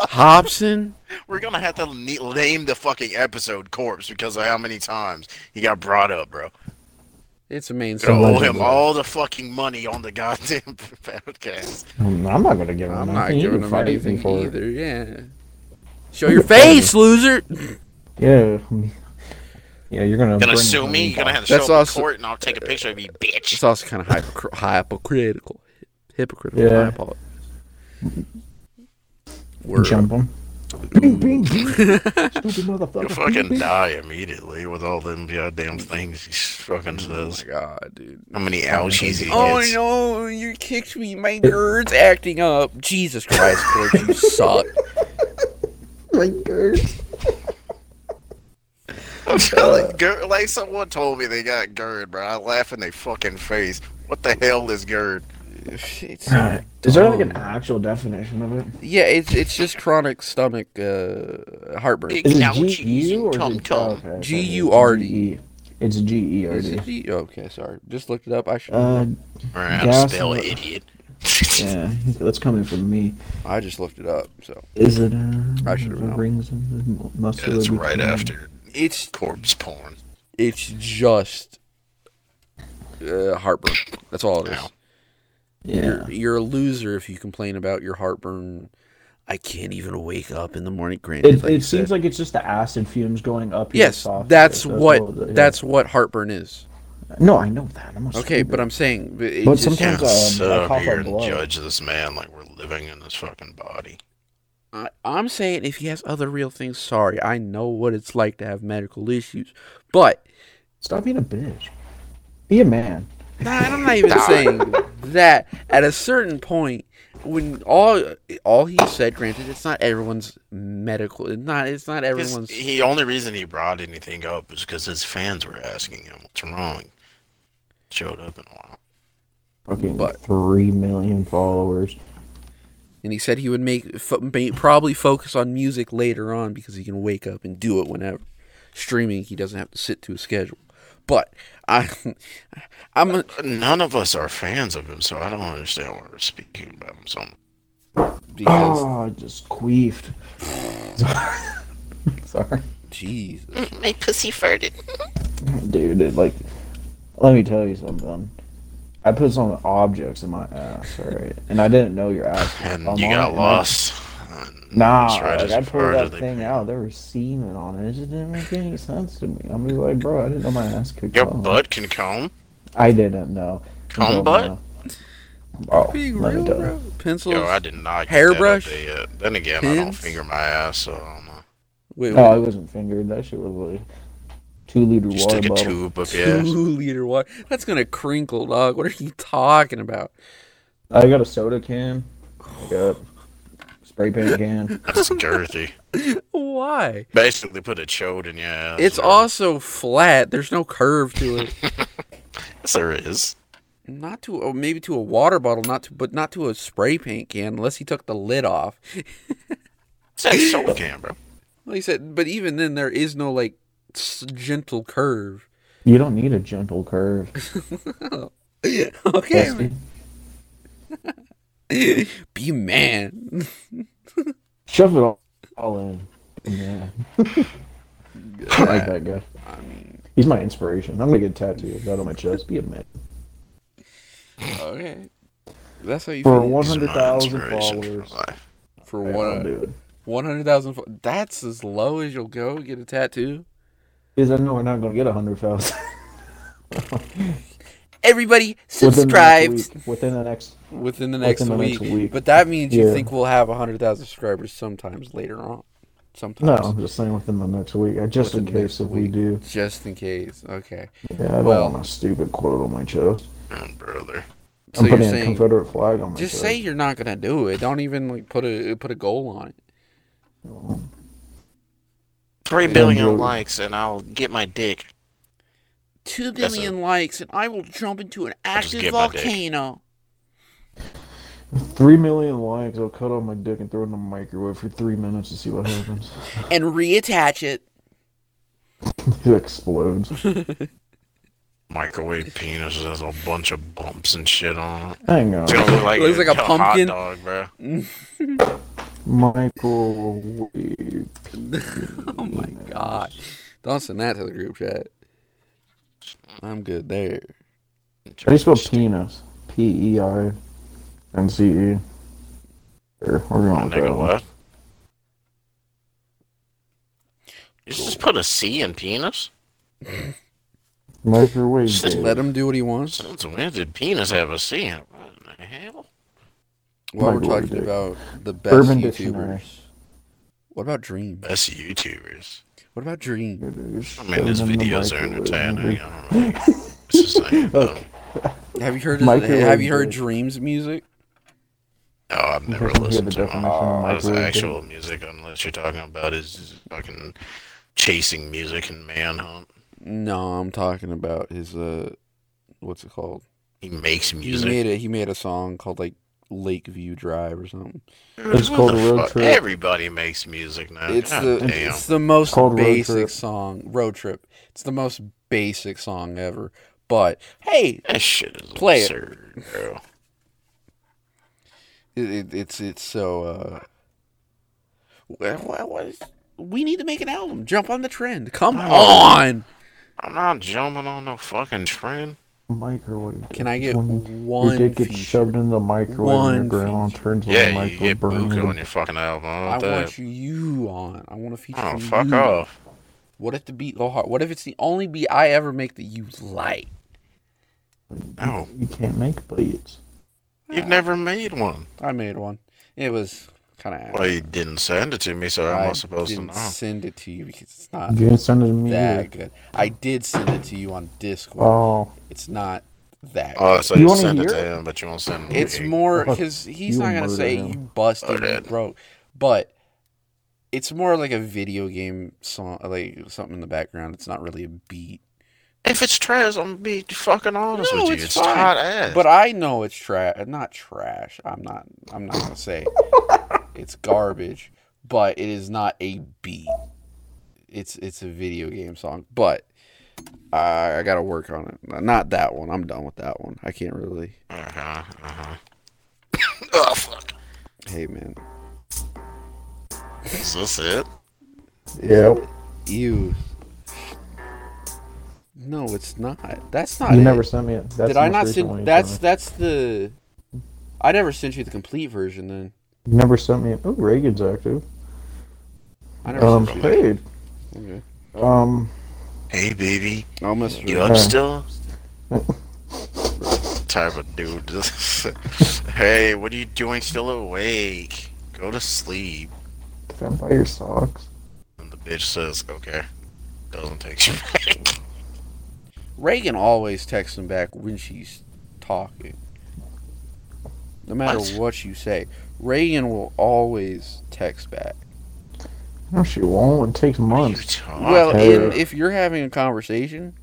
A: Hobson.
B: We're gonna have to ne- name the fucking episode "Corpse" because of how many times he got brought up, bro.
A: It's a main
B: Gonna
A: song.
B: owe
E: Allegedly.
B: him all the fucking money on the goddamn podcast.
E: I'm I'm not gonna give him.
A: I'm
E: anything.
A: not
E: You
A: giving
E: can
A: him
E: fight me
A: anything
E: for it.
A: either. Yeah. Show your face, loser.
E: Yeah. Yeah, you're gonna.
B: Gonna
E: bring
B: sue me?
E: money
B: You're gonna
E: back.
B: have to show
A: That's
B: up in
A: also-
B: court, and I'll take a picture of you, bitch.
A: It's also kind of hypocr- hypocritical. Hypocritical.
E: Yeah.
A: I apologize. Word.
E: jump him. Bing, bing, bing. Stupid
B: You'll
E: motherfucker.
B: fucking die immediately with all them goddamn things he fucking
E: Oh
B: says.
A: Oh God, dude.
B: How many ouchies he gets.
A: Oh no, you kicked me. My GERD's acting up. Jesus Christ, Corpse, you suck.
F: My girl.
B: I'm telling GERD, like someone told me they got GERD, bro. I laugh in their fucking face. What the hell is GERD?
A: It's,
E: God, Is there like an actual definition of it?
A: yeah, it's it's just chronic stomach uh, heartburn.
B: Big
E: Is it
B: ouchies
E: G E
B: and
E: or
B: tum
E: is it
B: tum.
E: okay, okay,
A: G U R D.
E: G E. It's G E R
A: Is
E: D.
A: it G- okay, sorry. Just looked it up. I should.
E: Uh,
B: Right, I'm
E: Gas
B: still
E: and-
B: an idiot.
E: yeah, that's coming from me.
A: I just looked it up. So
E: Is it? Uh,
A: I should've known.
E: rings and the muscular.
B: That's right
E: between-
B: after
A: it's
B: corpse porn.
A: it's just uh, heartburn. That's all it is.
B: Ow.
E: Yeah.
A: You're, you're a loser if you complain about your heartburn. I can't even wake up in the morning. Granted,
E: It,
A: like you
E: it seems
A: said.
E: like it's just the acid fumes going up. your
A: yes,
E: esophagus.
A: that's
E: all it
A: what
E: is.
A: that's what heartburn is.
E: No, I know that. I'm a
A: Okay,
E: stupid.
A: but I'm saying but it
E: But
A: just-
E: sometimes-
B: Yeah,
E: um, I
B: sit up
E: cough
B: here
E: up
B: and
E: blood.
B: judge this man like we're living in his fucking body.
A: I, I'm saying if he has other real things, sorry, I know what it's like to have medical issues, but
E: stop being a bitch. Be a man.
A: Nah, I'm not even saying that. At a certain point, when all all he said, granted, it's not everyone's medical. It's not it's not
B: His,
A: everyone's.
B: he only reason he brought anything up is because his fans were asking him what's wrong. Showed up in a while.
E: Fucking
A: But-
E: three million followers.
A: And he said he would make fo- ma- probably focus on music later on because he can wake up and do it whenever. Streaming, he doesn't have to sit to a schedule. But I, I'm a-
B: But none of us are fans of him, so I don't understand why we're speaking about him. So much.
A: because
E: oh, I just queefed. Sorry,
A: Jesus,
D: My pussy farted.
E: dude. It, like, let me tell you something. I put some objects in my ass, alright, and I didn't know your ass. was
B: and
E: on
B: you
E: mine,
B: got
E: and I-
B: lost.
E: Nah,
B: That's right,
E: like,
B: it's
E: I pulled
B: part of
E: that
B: the-
E: thing out. There was semen on it. It just didn't make any sense to me. I'm just like, bro, I didn't know my ass could
B: Your
E: come.
B: butt can comb.
E: I didn't know.
B: Come
E: Until
B: butt?
E: now. Oh,
A: being
E: let
A: real,
E: me tell
A: bro. Pencils.
B: Yo, I did not get
A: Hairbrush?
B: That idea yet. Then again, I don't
A: Pins?
B: finger my ass, so I don't know.
A: wait,
E: you. Oh, it wasn't fingered. That shit was like two liter
B: You
E: water
B: stick a
E: bottle.
B: tube up your
A: wait,
B: ass.
A: two liter water. That's gonna crinkle, dog. What are you talking about?
E: I got a soda can. I got spray paint can.
B: That's girthy.
A: Why?
B: Basically, put a chode in your ass.
A: It's
B: bro.
A: also flat. There's no curve to it.
B: Yes, there is.
A: not to oh, maybe to a water bottle, not to but not to a spray paint can unless he took the lid off.
B: It's that soda can, bro.
A: Like I said, but even then there is no like s- gentle curve.
E: You don't need a gentle curve.
A: okay.
E: Dusty.
A: man. Be man.
E: Shove it all, all in. Yeah. I like that guy. He's my inspiration. I'm gonna get tattooed of that on my chest. Be a man.
A: okay. That's how you
E: For
A: feel
E: one
B: He's my
E: hundred thousand
B: inspiration for
E: followers.
B: life.
A: for
E: I'll do
A: one
E: it.
A: one hundred thousand. fo- That's as low as you'll go. Get a tattoo.
E: Because I know we're not gonna get a hundred thousand.
A: Everybody
E: within the
A: subscribe.
E: next week. Within the next
A: within the next,
E: Within the
A: week.
E: next week.
A: But that means you
E: Yeah.
A: think we'll have 100,000 subscribers sometimes later on.
E: No,
A: Sometimes.
E: I'm just saying within the next week. I- Just in
A: Within the next
E: case if we
A: week.
E: do.
A: Just in case. Okay.
E: Yeah, I don't
A: Well-
E: want a stupid quote on my chest.
B: Man, brother.
A: So
E: I'm
A: you're
E: putting a
A: saying
E: Confederate flag on my
A: just
E: chest.
A: say you're not going to do it. Don't even like put a put a goal on it.
B: Three
E: Andrew.
B: billion likes, and I'll get my dick.
A: 2
B: That's
A: billion likes and I will jump into an
B: just
A: active
B: get my dick.
A: volcano.
E: Three million likes. I'll cut off my dick and throw it in the microwave for three minutes to see what happens.
A: and reattach it.
E: it explodes.
B: Microwave penis has a bunch of bumps and shit on it.
C: I know.
B: It's gonna look like,
A: Looks like a pumpkin.
B: hot dog, bro.
C: Michael.
A: Oh my god. Don't send that to the group chat. I'm good there.
C: How do you spell penis? P E R N C E. Sure, we're
B: My
C: going with that
B: nigga,
C: one.
B: what? You just put a C in penis?
C: Microwave.
A: Let
C: Dave.
A: him do what he wants.
B: Since when did penis have a C in it? What the hell?
A: While we're
C: Michael
A: talking
C: Dick.
A: about the best
C: Urban
A: YouTubers.
C: Dictionary.
A: What about Dream?
B: That's YouTubers.
A: What about Dream?
B: I mean, his
C: Shove it in the
B: videos are
C: microwave.
B: entertaining. I don't know. It's just like,
C: Okay.
A: Have you heard
C: Microwave
A: have you heard
C: Dick.
A: Dream's music?
B: no, oh, I've never
C: Because we have
B: listened
C: a
B: to him.
C: definition of
B: That's
C: microwave
B: actual music, unless you're talking about his fucking chasing music and manhunt.
A: No, I'm talking about his uh what's it called?
B: He makes
A: He
B: music.
A: made a he made a song called like Lakeview Drive or something.
C: It's
B: What
C: called
B: the
C: a road
B: fuck?
C: trip.
B: Everybody makes music now.
A: It's
B: God
A: the
B: damn.
A: it's the most
C: Called Road
A: basic
C: Trip.
A: song, Road Trip. It's the most basic song ever. But hey,
B: That shit is
A: Play it.
B: absurd, bro.
A: it, it, it's it's so uh wha- wha- what is- we need to make an album. Jump on the trend. Come
B: Oh.
A: on.
B: I'm not jumping on no fucking trend.
C: Microwave.
A: Can I get
C: When
A: one
C: Your dick gets
A: feature?
C: shoved in the microwave and
A: One
C: your grandma turns on the
B: Yeah, you
C: microwave
B: get
C: burning
B: Buka
C: the-
B: on your fucking album. I
A: I
B: want that.
A: want you, you on. I want to feature
B: Oh,
A: you.
B: fuck off.
A: What if the beat go hard? What if it's the only beat I ever make that you like?
B: No,
C: You can't make blades.
B: you've never made one.
A: I made one. It was kind of.
B: Well, you didn't send it to me, so how am I supposed to
A: didn't
B: know?
A: send it to you because it's not
C: You didn't send it to me.
A: that
C: either.
A: good. I did send it to you on Discord.
C: Oh,
A: it's not that.
B: Oh, so
C: You
B: you
C: wanna
B: send it
C: hear
B: to him, but you won't send it
A: good. It's
B: to me.
A: more because he's
C: Oh, You
A: not gonna
C: murder
A: say
C: him.
A: you busted, you
B: Murdered.
A: broke, but it's more like a video game song, like something in the background. It's not really a beat.
B: If it's trash, I'm gonna be fucking honest
A: No,
B: with you.
A: it's
B: It's,
A: fine.
B: hot ass.
A: But I know it's trash. Not trash. I'm not. I'm not gonna say it's garbage. But it is not a beat. It's it's a video game song. But uh, I gotta work on it. Not that one. I'm done with that one. I can't really.
B: uh-huh, uh-huh. oh, fuck.
A: Hey man.
B: Is this it?
C: yeah.
A: Ew. No, it's not. That's not.
C: You
A: it.
C: never sent me it. That's
A: Did
C: the
A: I
C: most
A: not
C: recent one you
A: send?
C: sent
A: That's that's
C: me.
A: the. I never sent you the complete version. Then
C: You never sent me it. Oh, Reagan's active.
A: I never.
C: Um,
A: sent
C: hey.
A: you. Okay.
C: Um,
B: Hey, baby.
A: I'll mess with
B: You
A: it.
B: up
C: Uh.
B: still? type of dude. hey, what are you doing still awake? Go to sleep.
C: can I buy your socks?
B: And the bitch says, okay. Doesn't take you back.
A: Reagan always texts him back when she's talking. No matter what,
B: What?
A: you say, Reagan will always text back.
C: No, she won't. It takes
B: What are you
C: months.
B: talking
A: Well, in,
C: yeah.
A: if you're having a conversation,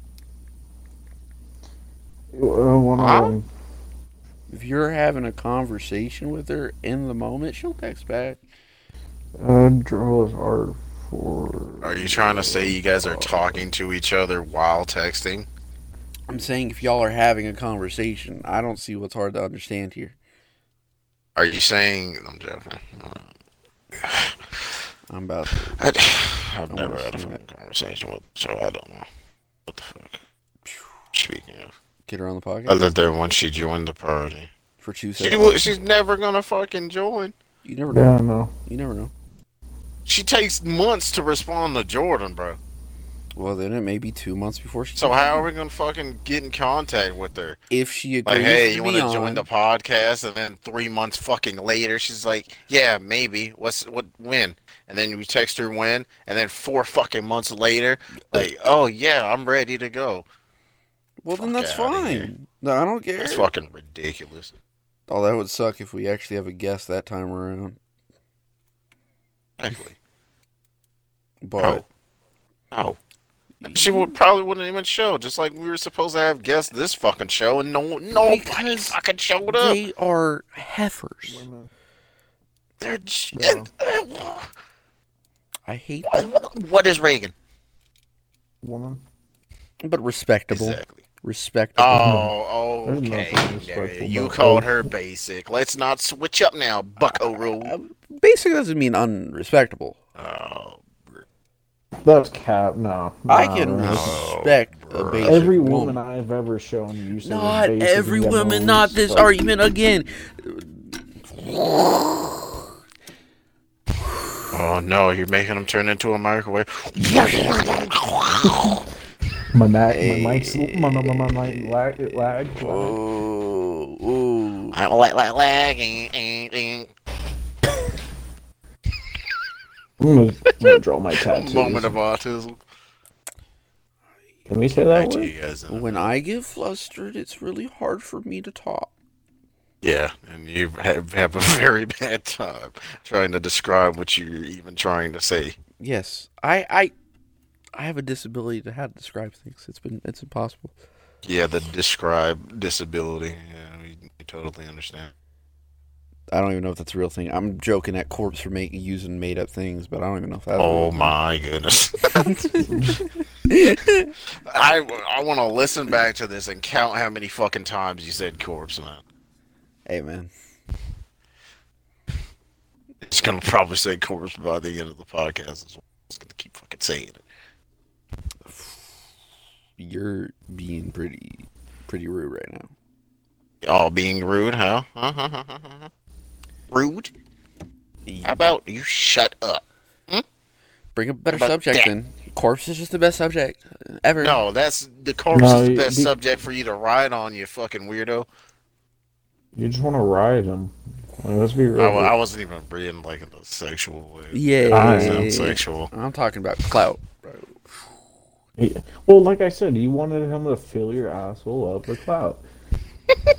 C: Uh, one of
B: Huh?
C: them.
A: if you're having a conversation with her in the moment, she'll text back.
C: Uh, drill is hard for.
B: Are you trying to say you guys are talking to each other while texting?
A: I'm saying if y'all are having a conversation, I don't see what's hard to understand here.
B: Are you saying I'm joking?
A: I'm about to,
B: I, have never had a
A: understand
B: fucking conversation with, so I don't know. What the fuck? Speaking of,
A: get her on the podcast
B: other than when she joined the party,
A: for two
B: she,
A: seconds.
B: will- she's never gonna fucking join.
A: You never know.
C: Yeah, I know.
A: You never know.
B: She takes months to respond to Jordan, bro.
A: Well, then it may be two months before she.
B: So how are we gonna fucking get in contact with her?
A: If she agrees
B: Like, hey,
A: to be
B: you want to join
A: on-
B: the podcast? And then three months fucking later, she's like, yeah, maybe. What's what? When? And then you text her when? And then four fucking months later, like, oh yeah, I'm ready to go.
A: Well, then
B: Fuck
A: that's
B: outta here.
A: fine. No, I don't care.
B: That's fucking ridiculous.
A: Oh, that would suck if we actually have a guest that time around.
B: Exactly.
A: But
B: Oh. She would probably wouldn't even show, just like we were supposed to have guests this fucking show, and no, nobody
A: Because
B: fucking showed up.
A: they are heifers.
B: They're j-
C: Yeah.
A: I hate
B: What is Reagan?
C: Woman.
A: them, but respectable.
B: Exactly.
A: Respect.
B: Oh,
C: There's
B: okay.
C: nothing disrespectful
B: you
C: about
B: called
C: that.
B: her basic. Let's not switch up now, Bucko Rule.
A: Basic doesn't mean unrespectable.
B: Oh,
C: That's cap. Uh, No,
A: I
C: Nah,
A: can
C: bro.
A: respect a
B: bruh.
A: basic
C: Every
A: woman.
C: woman I've ever shown you. said
A: Not
C: is basic
A: every
C: and got no
A: woman. Not this
C: respect.
A: argument again.
B: oh no, you're making him turn into a microwave.
C: My Mac, my mic's, my my my, my mic lag, it lagged.
A: Oh, ooh.
B: I'm like, like, eh, lagging.
C: I'm gonna, I'm gonna draw my tattoos.
B: Moment of autism.
C: Can we say that
B: Back to
C: word?
B: you guys in a
A: When I get flustered, it's really hard for me to talk.
B: Yeah, and you have, have a very bad time trying to describe what you're even trying to say.
A: Yes, I, I, I have a disability to how to describe things. It's been, it's impossible.
B: Yeah, the describe disability. Yeah, we, we totally understand.
A: I don't even know if that's a real thing. I'm joking at Corpse for making using made up things, but I don't even know if that's.
B: Oh my goodness. I, I want to listen back to this and count how many fucking times you said corpse, man.
A: Hey man,
B: It's going to probably say corpse by the end of the podcast. as well. It's going to keep fucking saying it.
A: you're being pretty, pretty rude right now.
B: Y'all being rude, huh? rude? How about you shut up?
A: Bring a better
B: But
A: subject
B: that-
A: then. Corpse is just the best subject ever.
B: No, that's the corpse
C: No,
B: is the
C: you-
B: best
C: the-
B: subject for you to ride on, you fucking weirdo.
C: You just want to ride him. Like, let's be
B: I,
C: real.
B: wa- I wasn't even being like in a sexual way.
A: Yeah.
B: I
C: I-
B: sound sexual.
A: I'm talking about clout.
C: Yeah. Well, like I said, you wanted him to fill your asshole up with clout.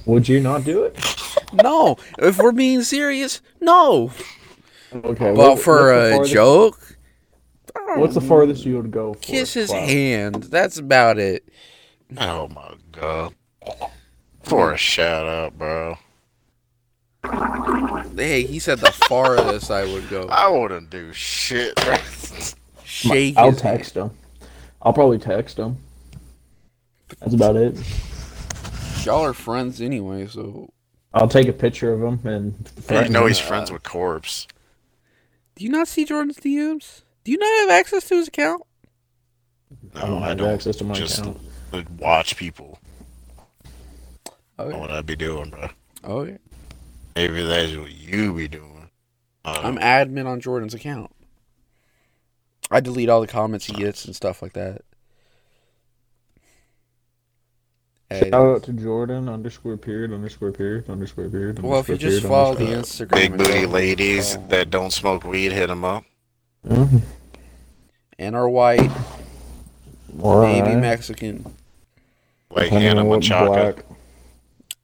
C: Would you not do it?
A: No, if we're being serious, no.
C: Okay.
A: Well,
C: what-
A: for
C: what's the
A: a
C: farthest-
A: joke,
C: what's the farthest you would go for?
A: kiss his
C: clout?
A: hand. That's about it.
B: Oh my god. For a shout out, bro.
A: Hey, he said the farthest I would go.
B: I wouldn't do shit. bro.
A: Shake
C: I'll
A: his hand.
C: text him. I'll probably text him. That's about it.
A: Y'all are friends anyway, so
C: I'll take a picture of him and
B: you
C: threaten
B: know
C: him.
B: he's friends with Corpse.
A: Do you not see Jordan's DMs? Do you not have access to his account?
B: No,
C: I don't have access to oh, my
B: just
C: account.
B: watch people.
A: Okay. Oh,
B: What I be doing, bro?
A: okay.
B: Maybe that's what you be doing. Uh,
A: I'm admin on Jordan's account. I delete all the comments he gets and stuff like that. Hey,
C: Shout out to Jordan underscore period underscore period underscore period.
A: well, if you
C: underscore
A: just
C: period,
A: follow the
C: underscore-
A: Instagram,
B: big
A: and
B: booty
A: go-
B: ladies that don't smoke weed, hit them up.
C: Mhm.
A: and are white,
C: Alright.
A: maybe Mexican,
B: Like
C: Depending
B: Hannah
C: on what
B: Machaca.
C: black-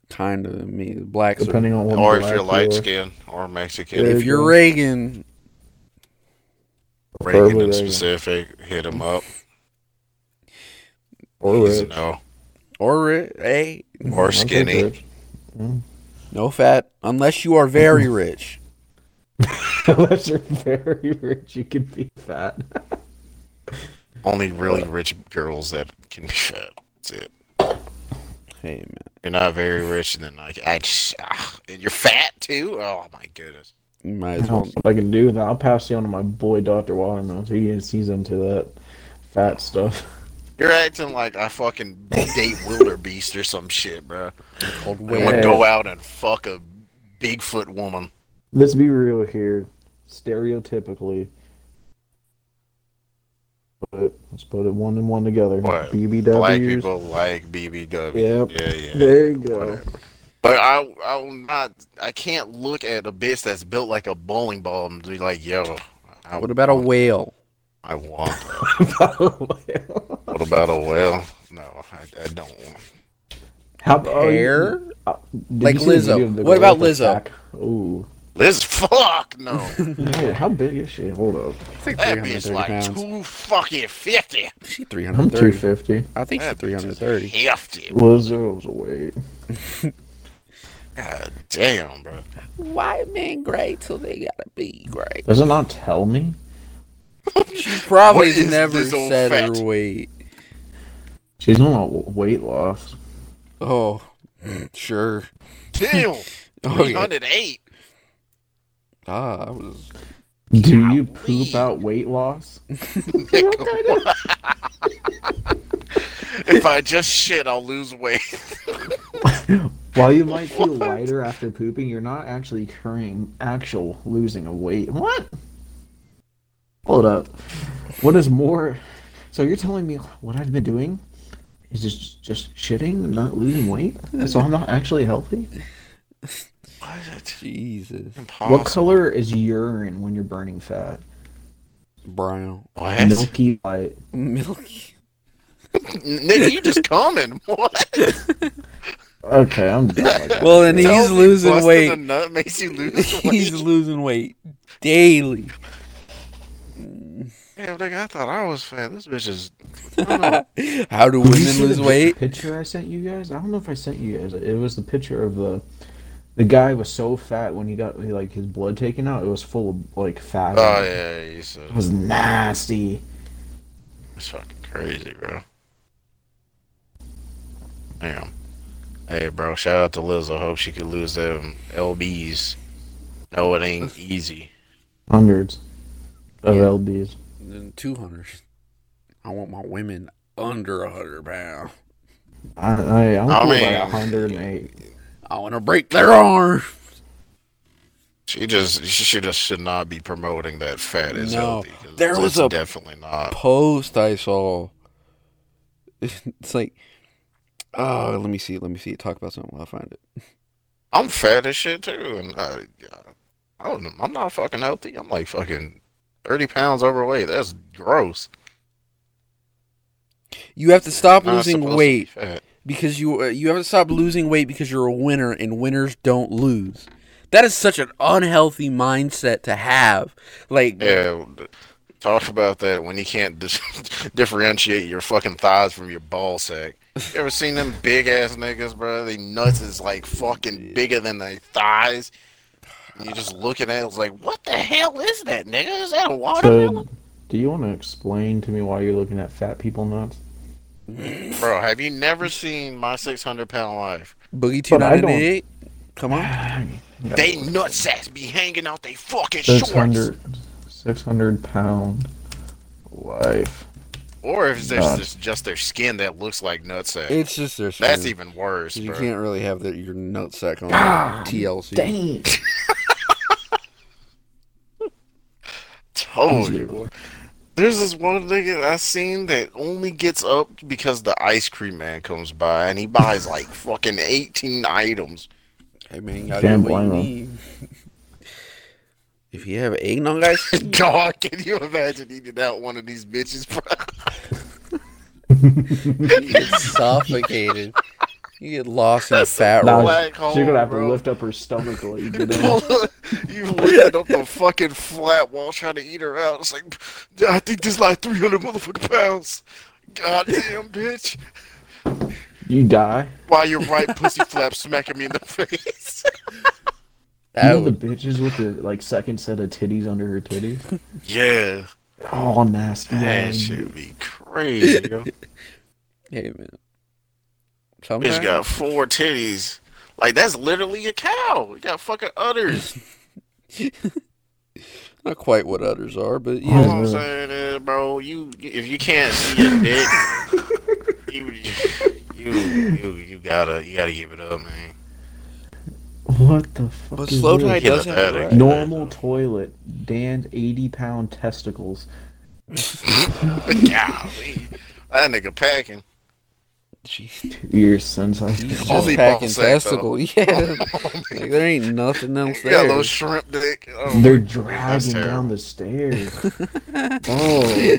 A: kind of me, blacks. are-
C: depending on what
B: Or if
C: black
B: you're
C: you
B: light
C: are.
B: skinned or Mexican.
A: if you're Reagan,
B: Reagan
C: Probably
B: in
C: Reagan.
B: specific, hit him up.
C: Or
B: He's a
C: rich.
B: no.
A: or ri- hey,
B: Or
C: Mm-hmm, I'll take
B: skinny.
C: rich.
A: no fat, unless you are very rich.
C: Unless you're very rich, you can be fat.
B: Only really rich girls that can be fat. That's it.
A: Hey man,
B: You're not very rich, and then like I just, ah, and you're fat too. Oh my goodness.
A: you might as
C: I don't
A: well.
C: know what I can do. Then I'll pass you on to my boy Doctor Watermelon. He is he's into that fat stuff.
B: You're acting like I fucking date wildebeest or some shit, bro.
A: Called
B: I
A: whale.
B: would
C: Yeah.
B: go out and fuck a Bigfoot woman.
C: Let's be real here, stereotypically. But let's put it one and one together.
B: What?
C: BBWs.
B: Black people like BBW.
C: Yep.
B: Yeah, yeah.
C: There you go.
B: Whatever. But I, I'm not. I can't look at a bitch that's built like a bowling ball and be like, "Yo, I,
A: What about a whale?
B: I want." that.
C: How
B: What about a whale? No, I, I don't want.
C: oh, you-
A: Hair?
C: uh, did
A: Like
C: you see the
A: Lizzo.
C: video of the
A: What
C: girl
A: about
C: with the
A: Lizzo?
C: sack? Ooh.
B: This fuck no.
C: Wait, how big is she? Hold up.
A: I think
B: That bitch
A: 330
B: like
A: pounds.
B: two fucking fifty.
A: She
C: I'm
A: 330.
C: 250.
A: I think she's
B: That bitch is
A: 330.
B: Hefty.
C: Lizzo's weight.
B: God damn, bro.
A: White men great till they gotta be great.
C: Does it not tell me?
A: Probably
B: What is
A: never
B: this old
A: said
B: fat?
A: her weight.
E: She's on a w- weight loss.
A: Oh, sure.
B: Damn,
A: Oh, yeah.
B: 308.
A: Ah, I was.
E: Do you poop out weight loss?
B: If I just shit, I'll lose weight.
E: While you might feel lighter after pooping, you're not actually carrying actual losing of weight. What? Hold up. What is more? So you're telling me what I've been doing is just just shitting, and not losing weight? So I'm not actually healthy.
A: Jesus.
B: Impossible.
E: What color is urine when you're burning fat?
A: Brown.
B: What?
E: Milky white.
A: Milky.
B: Nigga, you just coming. What?
E: Okay, I'm done. with that.
A: Well, and he's
B: Tell me
A: losing
B: busting A
A: weight.
B: nut makes you lose
A: He's
B: weight.
A: losing weight daily.
B: Damn, nigga, I thought I was fat. This bitch is.
A: How do
E: Did you
A: women
E: see
A: lose
E: the
A: weight?
E: Picture I sent you guys. I don't know if I sent you guys. It was the picture of the the guy was so fat when he got he, like his blood taken out. It was full of like fat.
B: Oh yeah, you said
E: It was nasty.
B: it's fucking crazy, bro. Damn. Hey, bro. Shout out to Liz. I hope she could lose them lbs. No, it ain't easy.
E: Hundreds of lbs.
A: Then 200. I want my women under 100 pounds.
E: I I I'm
B: I
E: cool
B: mean-
E: about 108.
A: I want to break their arm.
B: She just, she just should not be promoting that fat as
A: No.
B: healthy. 'cause
A: There
B: it's
A: was a-
B: definitely not.
A: post I saw. It's like, oh, let me see, let me see. Talk about something. I'll find it.
B: I'm fat as shit too, and I, I don't, know, I'm not fucking healthy. I'm like fucking thirty pounds overweight. That's gross.
A: You have to stop
B: Not
A: losing
B: supposed to be
A: weight
B: fat.
A: because you uh, you have to stop losing weight because you're a winner and winners don't lose. That is such an unhealthy mindset to have. Like,
B: Yeah, talk about that when you can't dis- differentiate your fucking thighs from your ball sack. You ever seen them big ass niggas, bro? They nuts is like fucking bigger than their thighs. And you're just looking at it, it's like, what the hell is that, nigga? Is that a watermelon?
E: So, do you want to explain to me why you're looking at fat people nuts?
B: Bro, have you never seen my 600 pound life?
A: Boogie
E: But I don't-
A: 298. Come on.
B: They nutsacks be hanging out they fucking shorts.
E: 600 600 pound life.
B: Or if it's
E: God.
B: just, just their skin that looks like nutsack.
A: It's just their
B: That's
A: skin.
B: even worse,
A: You
B: bro.
A: can't really have that your nutsack on
E: Ah,
A: TLC.
G: Dang.
B: Told you. boy. There's this one nigga I seen that only gets up because the ice cream man comes by and he buys like fucking 18 items.
A: Hey man, you gotta
E: Can't
A: get what you
E: blame 'em.
A: need. If you have eggnog ice cream,
B: Dog, can you imagine eating out one of these bitches, bro?
A: you get suffocated. You get lost in a fat
E: Now
A: roll.
B: Nah. black
E: she's gonna
B: hole,
E: have to
B: bro.
E: lift up her stomach to let you get in.
B: you lifted up the fucking flat while trying to eat her out. It's like, I think this like 300 motherfucking pounds. Goddamn, bitch.
E: You die.
B: While your right pussy flap smacking me in the face.
A: That
E: you know
A: would-
E: the bitches with the like second set of titties under her titties.
B: yeah.
E: Oh, nasty.
B: That should be crazy, yo.
A: hey man.
B: Bitch
A: Sometimes
B: got four titties. Like that's literally a cow. It got fucking udders.
A: not quite what others are, but
B: You know
A: yeah.
B: what I'm saying, is, bro? You if you can't see your dick, you, you you you gotta you gotta give it up, man.
E: What the fuck?
A: But
E: is
A: slow
E: this?
A: tide
B: Get
A: does
B: a
A: have
B: headache.
A: it right.
E: Normal toilet. Dan's eighty pound testicles.
B: Golly, that nigga packing.
A: Jeez.
E: Two years since I.
A: He's
B: Only
A: just packing
B: ball sack,
A: testicle. Yeah. like, there ain't nothing else
B: Oh, You got
A: there.
B: a little shrimp dick. Oh,
E: They're
B: That's
E: dragging
B: terrible.
E: down the stairs. oh,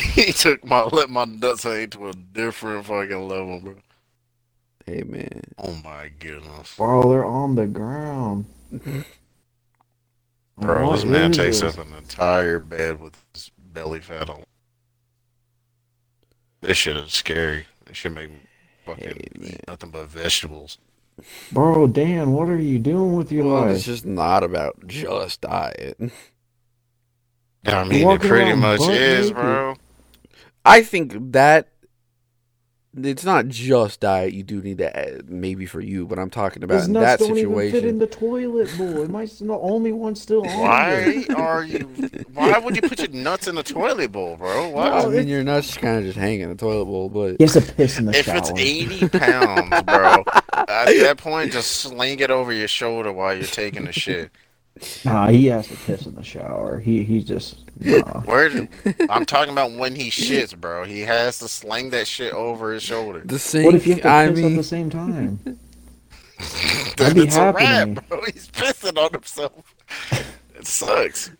B: he took my let my nuts hang to a different fucking level, bro.
A: Hey man.
B: Oh my goodness,
E: bro, they're on the ground.
B: bro!
E: What
B: This man
E: is
B: takes
E: this?
B: up an entire bed with his belly fat on. This shit is scary. This should make me fucking
A: Hey, man.
B: eat nothing but vegetables.
E: Bro, Dan, what are you doing with your
A: Well, it's
E: life?
A: just not about just diet.
B: I mean, it
E: walking
B: pretty
E: around
B: much
E: butt
B: is,
E: naked.
B: bro.
A: I think that it's not just diet. You do need to add- maybe for you, but I'm talking about
E: His
A: in
E: nuts
A: that
E: don't even fit in
A: situation.
E: the toilet bowl. Am I the only one still on it?
B: Why are you? Why would you put your nuts in the toilet bowl, bro?
A: I
B: Why?
A: mean, your nuts just kind of just hang in the toilet bowl, but
E: He has to piss in the
B: If
E: shower.
B: it's 80 pounds, bro, at that point, just sling it over your shoulder while you're taking a shit.
E: Nah, he has to piss in the shower. He he just nah.
B: Where? do- I'm talking about when he shits, bro. He has to sling that shit over his shoulder.
A: the
E: What if you
A: sink.
E: have to
A: I
E: piss at
A: mean,
E: the same time?
B: That's
E: That'd be
B: a
E: happening.
B: wrap, bro. He's pissing on himself. It sucks.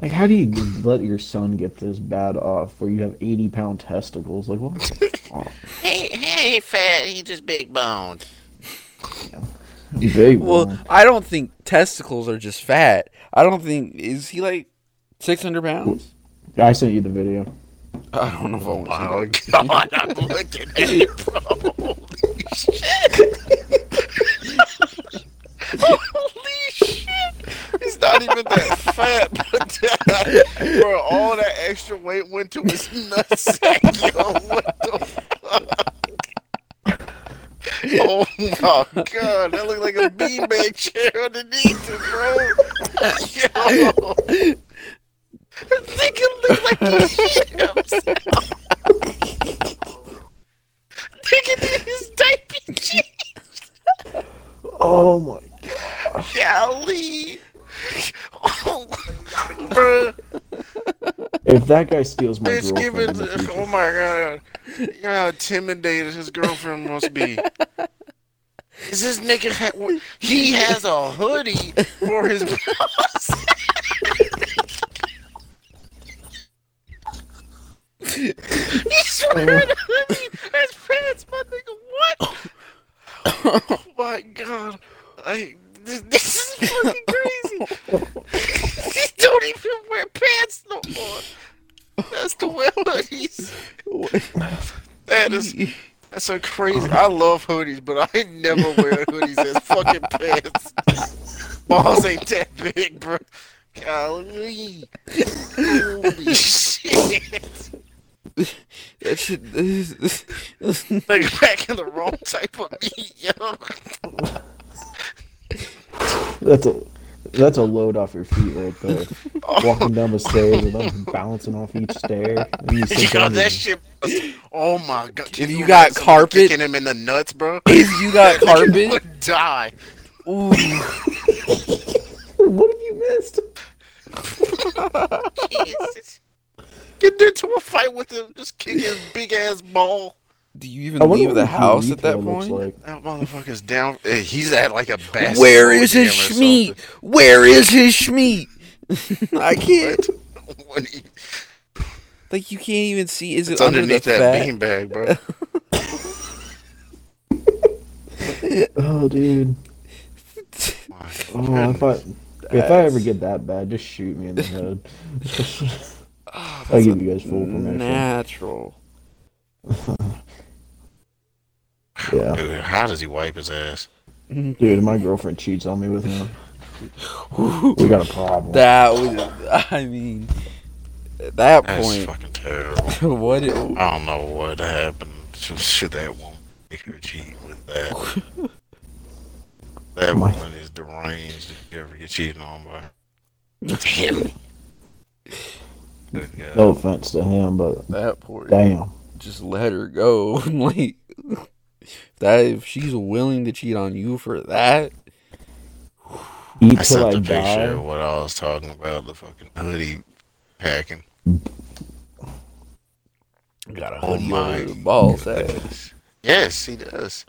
E: Like, how do you let your son get this bad off where you have eighty pound testicles? Like, what?
B: He, he ain't fat. He just big boned.
E: Big
A: well,
E: one.
A: I don't think testicles are just fat. I don't think is he like 600 pounds.
E: I sent you the video.
A: I don't know if I want to.
B: Oh God! I'm looking at it, bro. Holy shit! Holy shit! He's not even that fat, but bro, all that extra weight went to his nutsack. Yo, what the fuck? Oh my god, that looked like a beanbag chair underneath it, bro. Yo, that nigga looked like he shit himself. Picking in his diaper jeans.
E: Oh my!
B: Golly. E. Oh, bruh.
E: If that guy steals my
B: Bitch giving.
E: girlfriend, in the
B: Oh
E: future-
B: my god. You know how intimidated his girlfriend must be. Is this nigga. Ha- he has a hoodie for his boss. He's wearing a hoodie as pants, my nigga. What? Oh my god. I, this, this is fucking crazy. he don't even wear pants no more. That's the way hoodies. That is that's so crazy. I love hoodies, but I never wear hoodies as fucking pants. Balls ain't that big, bro. Golly. Holy shit.
A: That shit. this- this-
B: Nigga back in the wrong type of meat, yo.
E: That's a that's a load off your feet right there. Walking down the stairs and I'm bouncing off each stair. And you sit
B: Yo,
E: down
B: that
E: and-
B: shit. was- Oh my god! Can
A: you got
B: imagine
A: carpet-
B: kicking him in the nuts, bro,
A: If you got
B: he
A: carpet,
B: would die.
A: ooh,
E: what have you missed?
B: Jesus. Get into a fight with him, just kick his big ass ball.
A: do you even
E: I wonder
A: leave
E: what
A: the
E: his
A: house at that
E: urethra looks
A: point?
E: like.
B: That motherfucker's down. eh, He's at like a basketball
A: Where is his
B: game
A: schmeat? Where is his schmeat? I can't.
B: or something. When he-
A: Like you can't even see. Is
B: It's
A: it under
B: underneath
A: the
B: that
A: fat?
B: beanbag, bro.
E: Oh, dude.
B: My
E: Oh, if I if I ever get that bad, just shoot me in the head.
A: Ah,
E: I'll give you guys full permission.
A: Natural.
E: Yeah,
B: Dude, how does he wipe his ass?
E: dude, my girlfriend cheats on me with him. We got a problem.
A: That was. I mean, at that
B: That's
A: point,
B: fucking terrible.
A: what? It,
B: I don't know what happened. Should that woman make her cheat with that? that
E: My-
B: woman is deranged if you ever get cheated on by her. him. Good God.
E: No offense to him, but
A: that point,
E: damn.
A: just let her go. like that. If she's willing to cheat on you for that,
E: Eat
B: I
E: till
B: sent
E: I
B: the picture
E: die.
B: of what I was talking about, the fucking hoodie packing.
A: got a
B: Oh
A: hoodie
B: my
A: over the balls. eh?
B: Yes, he does.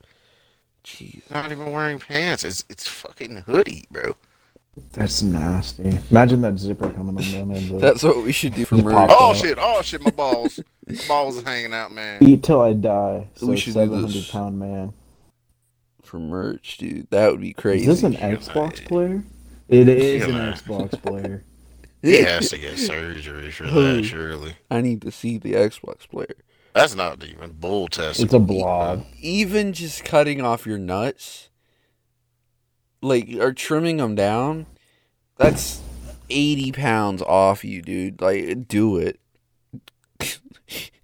A: Jeez.
B: Not even wearing pants. It's it's fucking hoodie, bro.
E: That's nasty. Imagine that zipper coming on down there. bro.
A: That's what we should do for
E: Just
A: murder.
E: pop
B: Oh
E: Yeah.
B: shit! Oh shit! My balls, my balls are hanging out, man.
E: Eat till I die. So
A: We should do this.
E: 700 pound man.
A: for merch, dude. That would be
E: Is
A: crazy.
E: this an Xbox player? It is an
B: Yeah.
E: Xbox player.
B: He has to get surgery for that, surely.
A: I need to see the Xbox player.
B: That's not even bull testing.
E: It's a blob.
A: Even just cutting off your nuts, like or trimming them down, that's eighty pounds off you, dude. Like, do it.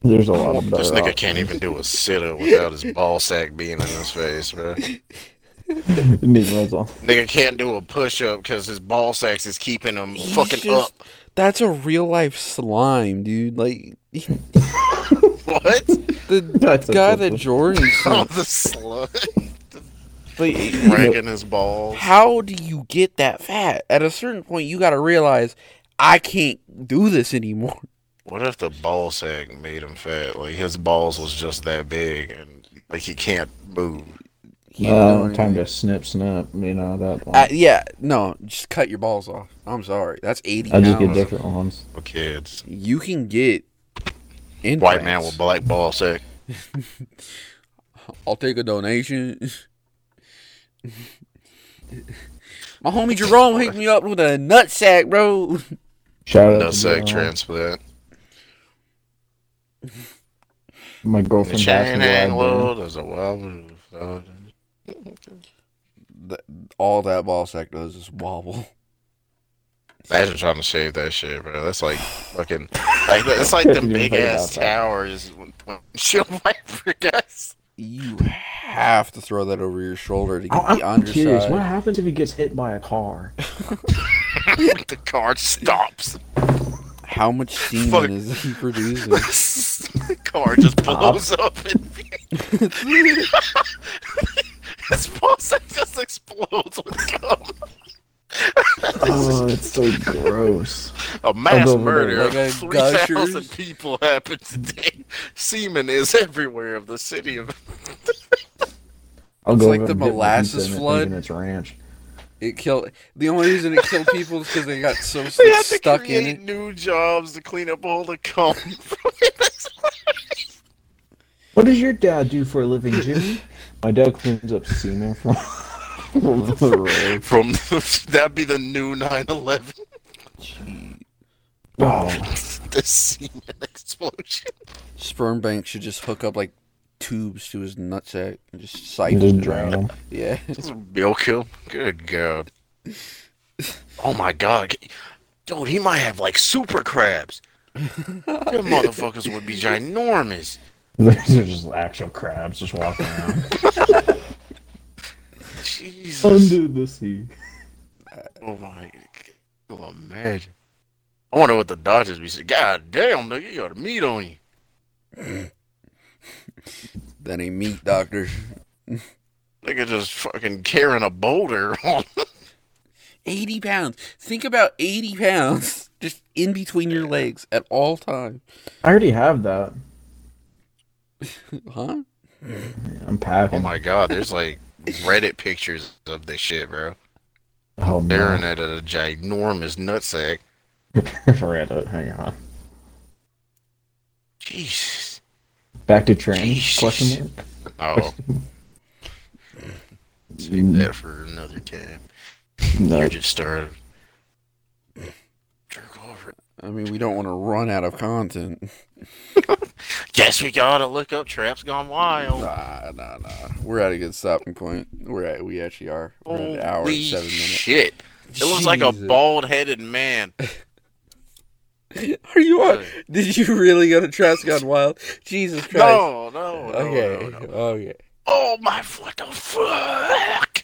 C: There's a lot of better.
B: This nigga
C: options.
B: can't even do a sit up without his ball sack being in his face, bro.
C: Neither one's all-
B: Nigga can't do a push up because his ball sacks is keeping him
A: He's
B: fucking
A: just-
B: up.
A: That's a real life slime, dude. Like
B: What?
A: the
C: That's a
A: guy
C: good
A: that
C: one.
A: Jordan
B: oh,
A: sent.
B: the slut.
A: Like,
B: Ranking his balls.
A: how do you get that fat? At a certain point, you got to realize I can't do this anymore.
B: What if the ball sack made him fat? Like his balls was just that big and like he can't move.
C: Uh, time to snip, snip. You know that. One.
A: Uh,
C: I,
A: yeah, no, just cut your balls off. I'm sorry, that's eighty.
C: just get
A: pounds.
C: different ones.
B: for kids.
A: You can get
B: White man
A: implants.
B: with black ball sack.
A: I'll take a donation. My homie Jerome hooked me up with a nut sack, bro.
C: Shout out
B: No
C: to
B: sack
C: uh,
B: transplant.
C: my
B: The
C: girlfriend.
B: chain hang
C: basketball.
B: low. There's a wild. uh,
A: Th- All that ball sack does is wobble.
B: Imagine trying to shave that shit, bro. That's like fucking. Like, that's like the
C: You
B: big ass
C: heard about that.
B: towers. Chill wiper guys.
A: You have to throw that over your shoulder to get
C: I-
A: the
C: Oh, I'm curious.
A: underside.
C: What happens if he gets hit by a car?
B: the car stops.
A: How much semen
B: Fuck.
A: is he producing?
B: the car just blows up and his ballsack just explodes with cum.
C: oh, it's so gross.
B: A mass
C: Although,
B: murder
A: like
B: of
A: a
B: three thousand
A: gushers.
B: people happened today. Semen is everywhere of the city of.
C: I'll
A: It's like
C: go over
A: the
C: and dip my
A: molasses
C: pizza in it,
A: flood.
C: thinking It's ranch.
A: It killed. The only reason it killed people is because they got so
B: They
A: like,
B: had to
A: stuck in
B: create
A: it.
B: new jobs to clean up all the cum.
C: What does your dad do for a living, Jimmy? my dad cleans up semen from. from the road.
B: From that'd be the new 9/11.
C: Oh,
B: the semen explosion.
A: Sperm bank should just hook up like tubes to his nutsack and just
C: and
A: siphon
C: just
A: it
C: drown
A: out.
C: him.
A: Yeah.
B: Just milk him. Good god. Oh my god. Dude, he might have like super crabs. Them motherfuckers would be ginormous.
C: There's just actual crabs just walking around.
B: Jesus.
C: the sea.
B: Oh my god. Oh, imagine. I wonder what the doctors be saying. God damn, nigga, you got meat on you.
A: That ain't meat, doctor.
B: Nigga just fucking carrying a boulder Oh, on.
A: 80 pounds. Think about 80 pounds just in between your legs at all times.
C: I already have that.
A: Huh?
C: I'm packing.
B: Oh my god, there's like Reddit pictures of this shit, bro.
C: Oh
B: Staring
C: man.
B: at a ginormous nutsack.
C: Reddit. uh, Hang on.
B: Jesus.
C: Back to train.
B: Jesus.
C: Question mark.
B: Oh. Save that for another time.
C: No.
B: I just started. Jerk off.
A: I mean, we don't want to run out of content.
B: Guess we gotta look up Traps Gone Wild.
A: Nah, nah, nah. We're at a good stopping point. We're at, we actually are. We're at an hour
B: Holy
A: and seven minutes.
B: shit. It looks like a
A: Jesus.
B: bald headed man.
A: Are you on? Did you really go to Trask Gone Wild? Jesus Christ.
B: No, no, no,
A: okay.
B: no, no.
A: Okay.
B: Oh my, what the fuck?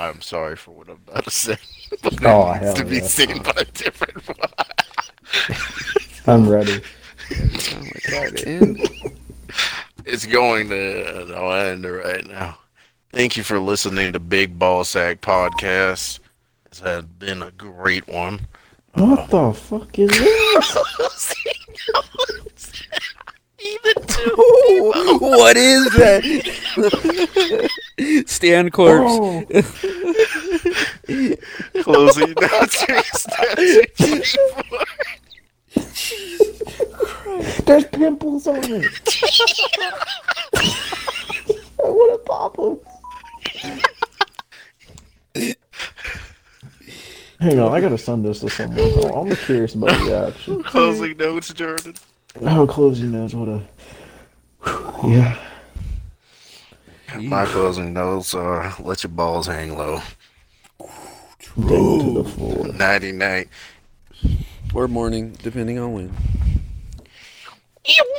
B: I'm sorry for what I'm about to say. but it
C: Oh,
B: needs to
C: hell
B: be
C: yeah.
B: seen by a different one.
C: I'm ready.
A: Oh my god. And
B: It's going to no end right now. Thank you for listening to Big Ball Sack Podcast. This has been a great one. Um,
C: What the fuck is this?
B: Even two.
A: what is that? Stan Corpse.
C: Oh,
B: Closing Nazi statue.
D: There's pimples on it. I want to pop them.
C: hang on. I gotta send this to someone. Oh, I'm curious about the reaction.
B: Closing notes, Jordan.
C: Oh, closing those. What a. Whew, Yeah.
B: My closing notes are let your balls hang low.
C: Dead to the floor.
B: Nighty night.
A: or morning, depending on when.
B: Ew.